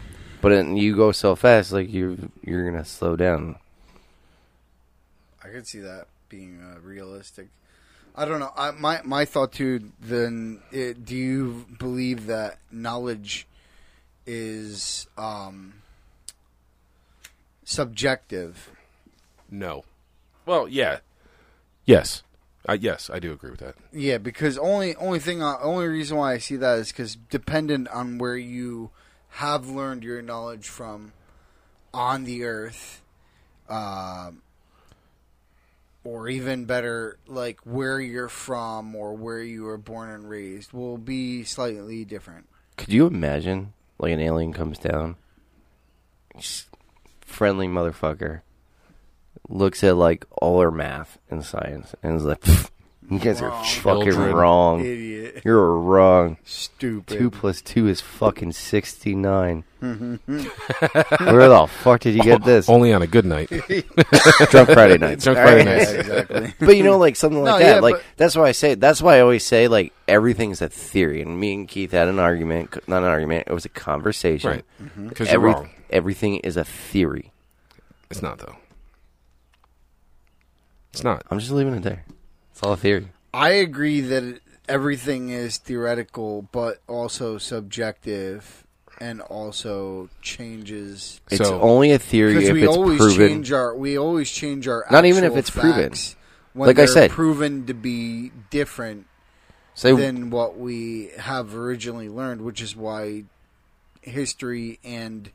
Speaker 1: But then you go so fast, like you you're gonna slow down.
Speaker 3: I could see that being uh, realistic. I don't know. I, my my thought too. Then, it, do you believe that knowledge is um, subjective?
Speaker 2: no. Well, yeah. Yes. I yes, I do agree with that.
Speaker 3: Yeah, because only only thing I- only reason why I see that is because dependent on where you have learned your knowledge from on the earth, um, or even better, like where you're from or where you were born and raised, will be slightly different.
Speaker 1: Could you imagine like an alien comes down, s- friendly motherfucker, looks at like all our math and science and is like, "You guys are
Speaker 3: Wrong.
Speaker 1: fucking
Speaker 2: Children.
Speaker 1: wrong.
Speaker 3: Idiot,
Speaker 1: You're wrong.
Speaker 3: stupid.
Speaker 1: Two plus two is fucking sixty nine. Where the fuck did you get this?
Speaker 2: Only on a good night.
Speaker 1: Drunk Friday nights.
Speaker 2: Drunk Friday
Speaker 1: Alright.
Speaker 2: nights.
Speaker 3: exactly.
Speaker 1: But you know, like something like
Speaker 3: No,
Speaker 1: that.
Speaker 3: yeah,
Speaker 1: like
Speaker 3: but-
Speaker 1: that's why I say. That's why I always say like everything's a theory. And me and Keith had an argument. Not an argument. It was a conversation.
Speaker 2: Right. Because you're
Speaker 1: Mm-hmm. Every,
Speaker 2: wrong.
Speaker 1: everything is a theory.
Speaker 2: It's not though. It's not.
Speaker 1: I'm just leaving it there. It's all a theory.
Speaker 3: I agree that everything is theoretical, but also subjective, and also changes
Speaker 1: It's
Speaker 2: So-
Speaker 1: only a theory
Speaker 3: because
Speaker 1: if
Speaker 3: we
Speaker 1: it's
Speaker 3: always
Speaker 1: proven.
Speaker 3: change our we always change our
Speaker 1: Not even
Speaker 3: actual
Speaker 1: if it's proven.
Speaker 3: facts when
Speaker 1: Like I
Speaker 3: they're
Speaker 1: said.
Speaker 3: proven to be different
Speaker 1: Say
Speaker 3: than what we have originally learned, which is why history and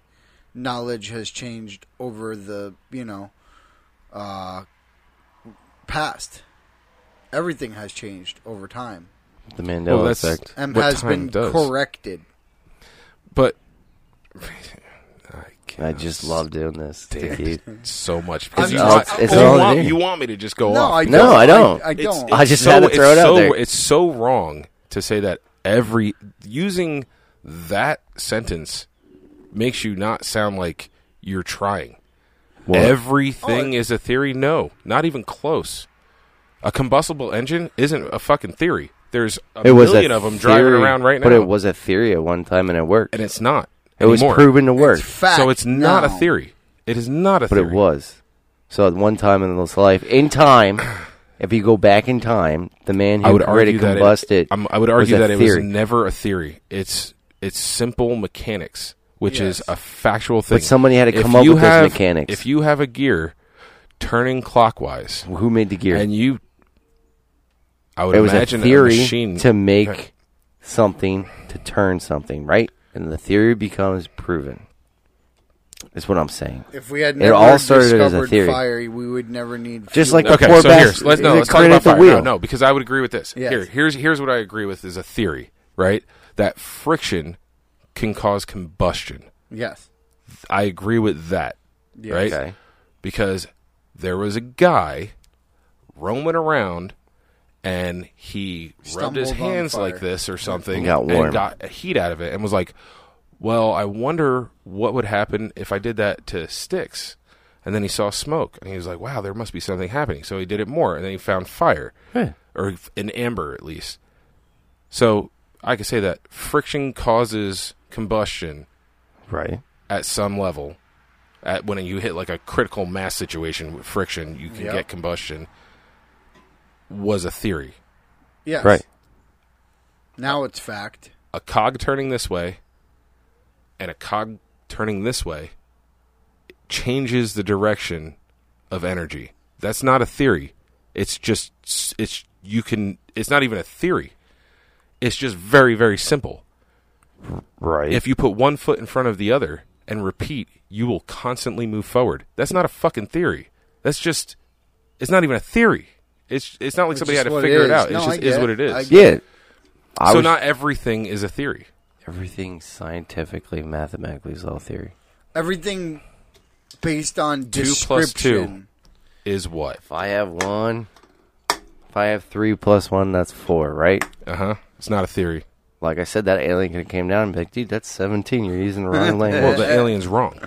Speaker 3: knowledge has changed over the you know uh, past. Everything has changed over time
Speaker 1: the Mandela
Speaker 2: Well, that's-
Speaker 1: effect.
Speaker 3: and
Speaker 2: What
Speaker 3: has
Speaker 2: time
Speaker 3: been
Speaker 2: does.
Speaker 3: corrected.
Speaker 2: But I,
Speaker 1: I
Speaker 2: cannot
Speaker 1: just love doing this. to
Speaker 2: stand
Speaker 1: Keith.
Speaker 2: it so much because
Speaker 3: I'm
Speaker 2: you,
Speaker 3: just-
Speaker 2: want, Oh,
Speaker 3: It's- it's
Speaker 2: you,
Speaker 1: all it
Speaker 2: want,
Speaker 1: is.
Speaker 2: you want me to just go
Speaker 3: No,
Speaker 2: off.
Speaker 3: I don't.
Speaker 1: No, I don't.
Speaker 3: I, don't.
Speaker 1: I just had to throw it
Speaker 2: it's
Speaker 1: out
Speaker 2: so,
Speaker 1: there.
Speaker 2: It's so wrong to say that every using that sentence makes you not sound like you're trying.
Speaker 1: What?
Speaker 2: Everything is a theory. No, not even close. A combustible engine isn't a fucking theory. There's a
Speaker 1: It was
Speaker 2: million
Speaker 1: a
Speaker 2: of them driving
Speaker 1: theory,
Speaker 2: around right now,
Speaker 1: but it was a theory at one time and it worked.
Speaker 2: and it's not.
Speaker 1: It was
Speaker 2: anymore.
Speaker 1: proven to work,
Speaker 3: It's fact
Speaker 2: So it's not a
Speaker 3: now.
Speaker 2: theory. It is not a
Speaker 1: but
Speaker 2: theory.
Speaker 1: it was. So at one time in this life, in time, if you go back in time, the man who
Speaker 2: I would
Speaker 1: created
Speaker 2: argue that
Speaker 1: combusted.
Speaker 2: it, I'm- I would
Speaker 1: was
Speaker 2: argue
Speaker 1: a
Speaker 2: that it
Speaker 1: theory.
Speaker 2: was never a theory. It's it's simple mechanics, which is
Speaker 3: Yes.
Speaker 2: a factual thing.
Speaker 1: somebody had to
Speaker 2: If
Speaker 1: come up
Speaker 2: you
Speaker 1: with those
Speaker 2: have-
Speaker 1: mechanics.
Speaker 2: If you have a gear turning clockwise
Speaker 1: who made the gear.
Speaker 2: and you, I would
Speaker 1: it was a
Speaker 2: imagine
Speaker 1: theory
Speaker 2: machine
Speaker 1: to make
Speaker 2: Okay.
Speaker 1: something to turn something right, and the theory becomes proven. That's what I'm saying.
Speaker 3: If we had
Speaker 1: It
Speaker 3: never
Speaker 1: all started as a
Speaker 3: discovered
Speaker 1: theory.
Speaker 3: fire, we would never need
Speaker 1: Just
Speaker 3: fuel.
Speaker 1: like the
Speaker 2: Okay,
Speaker 1: poor
Speaker 2: so
Speaker 1: bastard
Speaker 2: here, let's no,
Speaker 1: that
Speaker 2: let's talk
Speaker 1: created
Speaker 2: about
Speaker 1: the
Speaker 2: fire.
Speaker 1: wheel.
Speaker 2: No, no, because I would agree with this.
Speaker 3: Yes.
Speaker 2: Here, here's here's what I agree with is a theory, right? That friction can cause combustion.
Speaker 3: yes,
Speaker 2: I agree with that,
Speaker 3: Yes.
Speaker 2: right?
Speaker 1: Okay.
Speaker 2: because there was a guy roaming around and he rubbed his
Speaker 3: Stumbled on
Speaker 2: hands
Speaker 3: fire.
Speaker 2: like this or something
Speaker 1: And got warm.
Speaker 2: and got a heat out of it and was like, "Well, I wonder what would happen if I did that to sticks." And then he saw smoke and he was like, "Wow, there must be something happening." So he did it more and then he found fire
Speaker 1: Yeah.
Speaker 2: or f- an amber at least. So, I could say that friction causes combustion
Speaker 1: Right.
Speaker 2: at some level at when you hit like a critical mass situation with friction, you can
Speaker 3: Yep.
Speaker 2: get combustion. Was a theory.
Speaker 3: Yes.
Speaker 1: Right.
Speaker 3: Now it's fact.
Speaker 2: A cog turning this way and a cog turning this way changes the direction of energy. That's not a theory. It's just it's you can it's not even a theory. It's just very very simple.
Speaker 1: Right.
Speaker 2: if you put one foot in front of the other and repeat, you will constantly move forward. That's not a fucking theory. That's just it's not even a theory. It's it's not like
Speaker 3: It's
Speaker 2: somebody had
Speaker 3: just
Speaker 2: to
Speaker 3: what
Speaker 2: figure it
Speaker 3: it is.
Speaker 2: out.
Speaker 3: No,
Speaker 2: It's
Speaker 3: I
Speaker 2: just is
Speaker 3: get
Speaker 2: what
Speaker 3: it.
Speaker 2: it is.
Speaker 3: I get
Speaker 1: yeah. I
Speaker 2: so
Speaker 1: was,
Speaker 2: not everything is a theory.
Speaker 1: everything scientifically, mathematically is all theory.
Speaker 3: Everything based on
Speaker 2: Two
Speaker 3: description.
Speaker 2: plus two. Is what?
Speaker 1: If I have one, if I have three plus one, that's four, right?
Speaker 2: Uh
Speaker 1: Uh-huh.
Speaker 2: huh. It's not a theory.
Speaker 1: Like I said, that alien could have came down and be like, dude, that's 17. You're using the wrong
Speaker 2: Well,
Speaker 1: language.
Speaker 2: the alien's wrong.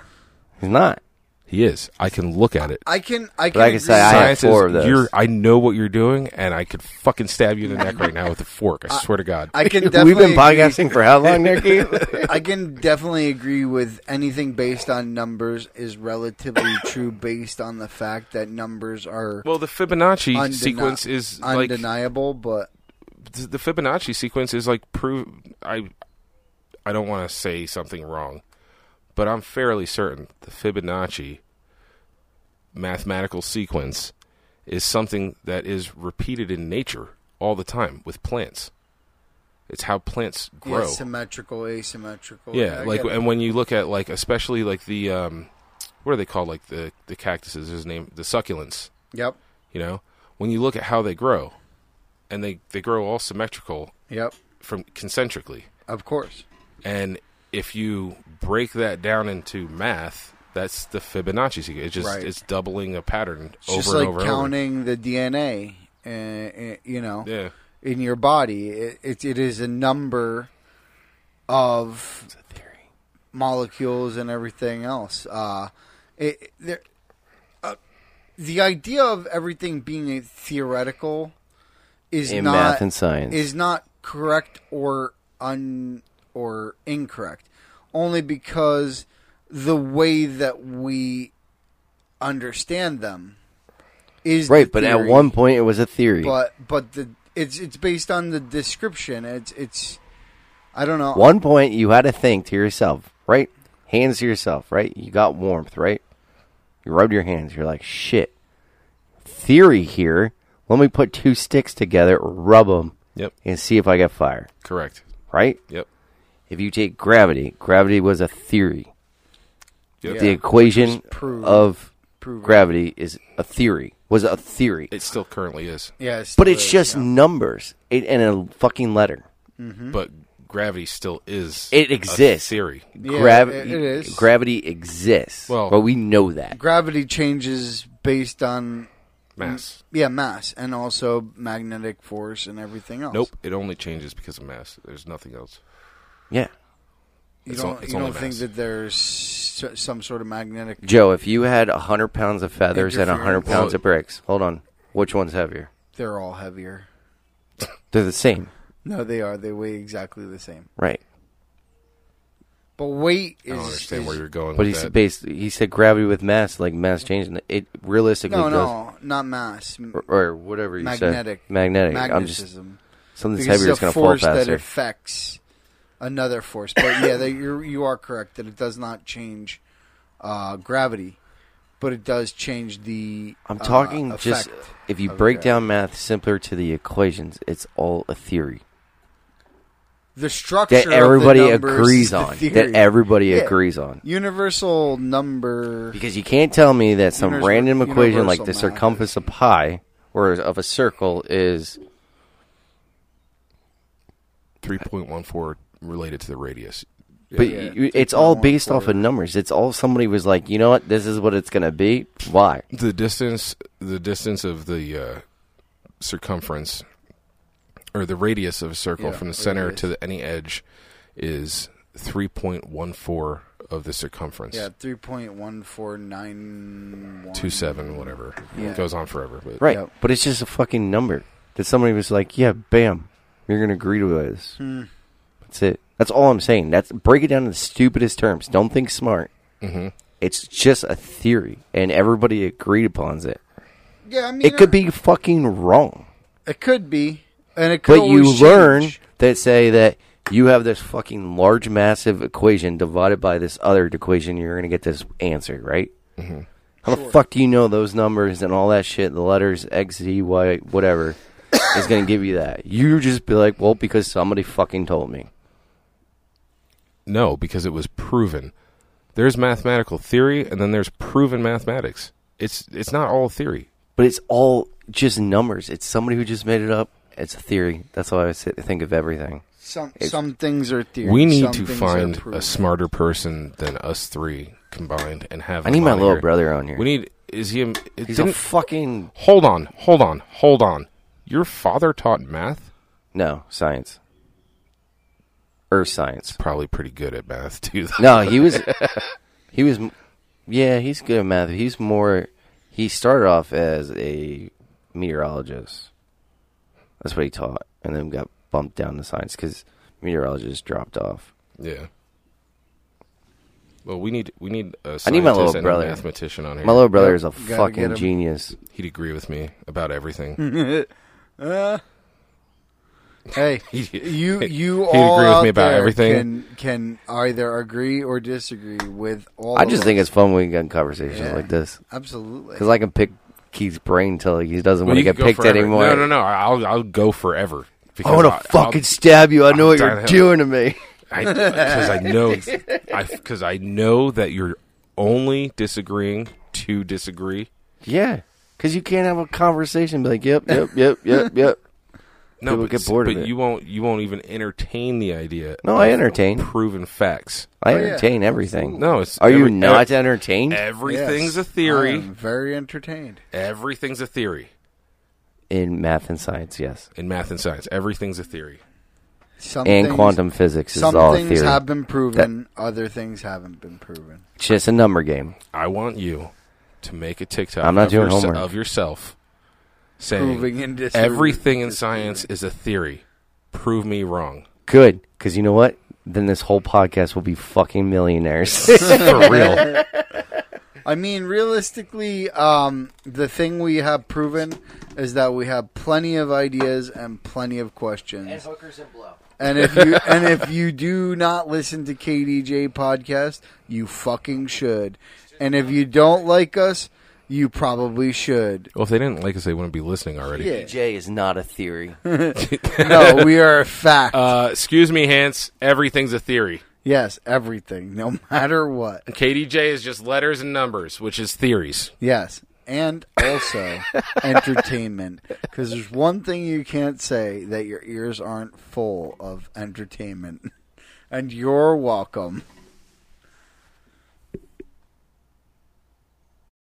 Speaker 1: He's not.
Speaker 2: He is. I can look at it.
Speaker 3: I can. I can.
Speaker 1: I can say
Speaker 3: agree.
Speaker 1: I have
Speaker 2: Science
Speaker 1: four of
Speaker 2: is,
Speaker 1: those.
Speaker 2: you're, I know what you're doing, and I could fucking stab you in the neck right now with a fork. I swear to God.
Speaker 3: I can
Speaker 1: We've
Speaker 3: definitely.
Speaker 1: been
Speaker 3: agree-
Speaker 1: podcasting for how long, Nicky?
Speaker 3: I can definitely agree with anything based on numbers is relatively true based on the fact that numbers are
Speaker 2: well, the Fibonacci
Speaker 3: undeni-
Speaker 2: sequence is like
Speaker 3: undeniable. but
Speaker 2: th- the Fibonacci sequence is like prove I I don't want to say something wrong, but I'm fairly certain the Fibonacci mathematical sequence is something that is repeated in nature all the time with plants. It's how plants
Speaker 3: yeah,
Speaker 2: grow.
Speaker 3: symmetrical, asymmetrical.
Speaker 2: Yeah,
Speaker 3: I
Speaker 2: like
Speaker 3: get it.
Speaker 2: and when you look at like especially like the um what are they called like the the cactuses his name the succulents
Speaker 3: yep,
Speaker 2: you know when you look at how they grow and they they grow all symmetrical
Speaker 3: yep,
Speaker 2: from concentrically
Speaker 3: of course.
Speaker 2: and if you break that down into math, that's the Fibonacci sequence. It's just
Speaker 3: Right.
Speaker 2: it's doubling a pattern
Speaker 3: It's
Speaker 2: over
Speaker 3: just
Speaker 2: and
Speaker 3: like
Speaker 2: over
Speaker 3: counting the DNA, uh, uh, you know,
Speaker 2: and over. Yeah.
Speaker 3: in your body. It, it it is a number of
Speaker 1: It's a theory.
Speaker 3: molecules and everything else. Uh, it, it- there, uh, the idea of everything being a theoretical is
Speaker 1: In
Speaker 3: not
Speaker 1: math and science.
Speaker 3: is not correct or un or incorrect, only because the way that we understand them is
Speaker 1: right,
Speaker 3: the
Speaker 1: but at
Speaker 3: theory,
Speaker 1: one point it was a theory.
Speaker 3: but but the it's it's based on the description. It's it's I don't know.
Speaker 1: one point you had to think to yourself, right? Hands to yourself, right? You got warmth, right? You rubbed your hands. You're like, shit. Theory here. Let me put two sticks together, rub them,
Speaker 2: Yep.
Speaker 1: and see if I get fire,
Speaker 2: Correct.
Speaker 1: right?
Speaker 2: Yep.
Speaker 1: If you take gravity, gravity was a theory.
Speaker 2: Yep.
Speaker 1: The equation
Speaker 3: prove-
Speaker 1: of
Speaker 3: prove it.
Speaker 1: gravity is a theory. Was a theory,
Speaker 2: It still currently is,
Speaker 3: Yeah,
Speaker 1: but it's
Speaker 3: still is,
Speaker 1: just
Speaker 3: yeah.
Speaker 1: numbers it, and a fucking letter.
Speaker 3: Mm-hmm.
Speaker 2: but gravity still is.
Speaker 1: It
Speaker 2: a
Speaker 1: exists.
Speaker 2: theory.
Speaker 3: Yeah,
Speaker 1: Gravi-
Speaker 3: it- it is.
Speaker 1: Gravity exists.
Speaker 2: Well-
Speaker 1: but we know that.
Speaker 3: gravity changes based on
Speaker 2: Mass.
Speaker 3: yeah mass and also magnetic force and everything else.
Speaker 2: Nope. It only changes because of mass. There's nothing else.
Speaker 1: Yeah.
Speaker 3: you
Speaker 2: It's
Speaker 3: don't,
Speaker 2: on- it's
Speaker 3: you
Speaker 2: only
Speaker 3: don't think
Speaker 2: mass.
Speaker 3: that there's so- some sort of magnetic.
Speaker 1: Joe, if you had 100 pounds of feathers and 100
Speaker 3: Interference.
Speaker 1: pounds of bricks, hold on. Which one's heavier?
Speaker 3: They're all heavier.
Speaker 1: They're the same.
Speaker 3: No, they are. They weigh exactly the same.
Speaker 1: Right.
Speaker 3: But weight is.
Speaker 2: I don't understand
Speaker 3: is-
Speaker 2: where you're going
Speaker 1: But he
Speaker 2: with
Speaker 1: said,
Speaker 2: that.
Speaker 1: based, he said gravity with mass, like mass changing. It realistically
Speaker 3: No,
Speaker 1: does.
Speaker 3: no, not mass. M-
Speaker 1: Or, or whatever you
Speaker 3: Magnetic.
Speaker 1: said. Magnetic. I'm just,
Speaker 3: Magnetism.
Speaker 1: something's
Speaker 3: because
Speaker 1: heavier is
Speaker 3: it's a
Speaker 1: going to fall
Speaker 3: force that
Speaker 1: faster.
Speaker 3: affects another force. But yeah, that you're, you are correct that it does not change uh, gravity, but it does change the.
Speaker 1: I'm
Speaker 3: uh,
Speaker 1: talking just,
Speaker 3: effect.
Speaker 1: if you
Speaker 3: of
Speaker 1: break
Speaker 3: gravity.
Speaker 1: down math simpler to the equations, it's all a theory.
Speaker 3: the structure
Speaker 1: That
Speaker 3: of the
Speaker 1: everybody
Speaker 3: numbers is
Speaker 1: agrees
Speaker 3: the
Speaker 1: on.
Speaker 3: theory.
Speaker 1: That everybody
Speaker 3: Yeah.
Speaker 1: agrees on.
Speaker 3: universal number.
Speaker 1: Because you can't tell me that some
Speaker 3: Universal-
Speaker 1: random equation like
Speaker 3: universal
Speaker 1: the
Speaker 3: math
Speaker 1: circumference of pi or of a circle is
Speaker 2: Three point one four related to the radius.
Speaker 1: But
Speaker 3: Yeah.
Speaker 1: you, it's all
Speaker 3: One
Speaker 1: based off of
Speaker 3: quarter.
Speaker 1: numbers. It's all somebody was like, you know what? This is what it's going to be. Why?
Speaker 2: the distance the distance of the uh, circumference or the radius of a circle
Speaker 3: Yeah,
Speaker 2: from the center
Speaker 3: radius.
Speaker 2: to the, any edge is 3.14 of the circumference
Speaker 3: Yeah, three point one four nine one.
Speaker 2: 27 whatever
Speaker 3: Yeah.
Speaker 2: it goes on forever but
Speaker 1: Right.
Speaker 3: Yep.
Speaker 1: But it's just a fucking number that somebody was like, yeah, bam, you're going to agree to this.
Speaker 3: Hmm.
Speaker 1: That's it. That's all I'm saying. That's break it down to the stupidest terms. Don't think smart.
Speaker 2: Mhm.
Speaker 1: It's just a theory, and everybody agreed upon it.
Speaker 3: Yeah, I mean,
Speaker 1: It could be fucking wrong,
Speaker 3: It could be, and it could.
Speaker 1: but you
Speaker 3: always
Speaker 1: learn
Speaker 3: change.
Speaker 1: that say that you have this fucking large, massive equation divided by this other equation. You're gonna get this answer, right?
Speaker 2: Mm-hmm.
Speaker 1: How the fuck do you know those numbers and all that shit? The letters X, Z, Y, whatever is gonna give you that. You just be like, well, because somebody fucking told me.
Speaker 2: No, because it was proven. There's mathematical theory, and then there's proven mathematics. It's it's not all theory.
Speaker 1: But it's all just numbers. It's somebody who just made it up. It's a theory. That's how I sit- think of everything.
Speaker 3: Some some things are theory.
Speaker 2: we need
Speaker 3: some
Speaker 2: to
Speaker 3: things are
Speaker 2: find
Speaker 3: proven.
Speaker 2: a smarter person than us three combined and have.
Speaker 1: I
Speaker 2: him
Speaker 1: need my
Speaker 2: on
Speaker 1: little
Speaker 2: here.
Speaker 1: brother on here.
Speaker 2: We need. Is he? It
Speaker 1: He's
Speaker 2: didn't,
Speaker 1: a fucking
Speaker 2: hold on, hold on, hold on. Your father taught math.
Speaker 1: no science. Earth science.
Speaker 2: Probably pretty good at math too. though.
Speaker 1: No, he was. he was. Yeah, he's good at math. He's more. He started off as a meteorologist. That's what he taught, and then got bumped down to science because meteorologists dropped off.
Speaker 2: Yeah. Well, we need we need a
Speaker 1: I need my little
Speaker 2: scientist and a
Speaker 1: brother.
Speaker 2: mathematician on here.
Speaker 1: My little brother is a
Speaker 3: Gotta get
Speaker 1: fucking
Speaker 3: him.
Speaker 1: genius.
Speaker 2: He'd agree with me about
Speaker 1: Mm-hmm.
Speaker 2: everything.
Speaker 3: Hey,
Speaker 2: He-
Speaker 3: you you
Speaker 2: he'd
Speaker 3: all
Speaker 2: agree with
Speaker 3: out
Speaker 2: me about
Speaker 3: there
Speaker 2: everything.
Speaker 3: Can, can either agree or disagree with all?
Speaker 1: I
Speaker 3: of
Speaker 1: just
Speaker 3: us.
Speaker 1: think it's fun when we get in conversations
Speaker 3: Yeah.
Speaker 1: like this
Speaker 3: absolutely.
Speaker 1: because I can pick Keith's brain till he doesn't want
Speaker 2: you
Speaker 1: to
Speaker 2: could
Speaker 1: get
Speaker 2: go
Speaker 1: picked
Speaker 2: forever.
Speaker 1: anymore.
Speaker 2: No, no, no. I'll I'll go forever.
Speaker 1: I want to fucking stab you. I know what you're
Speaker 2: downhill.
Speaker 1: doing to me.
Speaker 2: because I, know because I know that you're only disagreeing to disagree.
Speaker 1: Yeah, because you can't have a conversation. Be like, yep, yep, yep, yep, yep.
Speaker 2: No,
Speaker 1: People
Speaker 2: but,
Speaker 1: get bored of
Speaker 2: but
Speaker 1: it.
Speaker 2: you won't you won't even entertain the idea.
Speaker 1: No, I
Speaker 2: of
Speaker 1: entertain.
Speaker 2: proven facts.
Speaker 1: I
Speaker 3: Oh, yeah.
Speaker 1: entertain everything.
Speaker 2: No, it's
Speaker 1: Are you
Speaker 2: every-
Speaker 1: not
Speaker 2: ev-
Speaker 1: entertained?
Speaker 2: Everything's
Speaker 3: Yes,
Speaker 2: a theory.
Speaker 3: I am very entertained.
Speaker 2: Everything's a theory
Speaker 1: In math and science, yes.
Speaker 2: in math and science. Everything's a theory.
Speaker 3: Some
Speaker 1: And
Speaker 3: things-
Speaker 1: quantum physics is
Speaker 3: Some
Speaker 1: all a
Speaker 3: things
Speaker 1: theory.
Speaker 3: have been proven. Other things haven't been proven.
Speaker 1: It's just a number game.
Speaker 2: I want you to make a TikTok
Speaker 1: I'm not
Speaker 2: of,
Speaker 1: doing
Speaker 2: yourse-
Speaker 1: homework.
Speaker 2: of yourself
Speaker 3: Proving
Speaker 2: saying
Speaker 3: and disproving.
Speaker 2: everything in science is a theory. Prove me wrong.
Speaker 1: Good, because you know what? Then this whole podcast will be fucking millionaires.
Speaker 2: For real.
Speaker 3: I mean, realistically, um, the thing we have proven is that we have plenty of ideas and plenty of questions.
Speaker 1: hookers and blow.
Speaker 3: And if you and if you do not listen to KDJ podcast, you fucking should. And if you don't like us, you probably should.
Speaker 2: Well, if they didn't like us, they wouldn't be listening already.
Speaker 3: Yeah.
Speaker 1: J is not a theory.
Speaker 3: No, we are a fact.
Speaker 2: Uh, excuse me, Hans. Everything's a theory.
Speaker 3: yes, everything, no matter what.
Speaker 2: KDJ is just letters and numbers, which is theories.
Speaker 3: Yes, and also entertainment. Because there's one thing you can't say that your ears aren't full of entertainment. And you're welcome.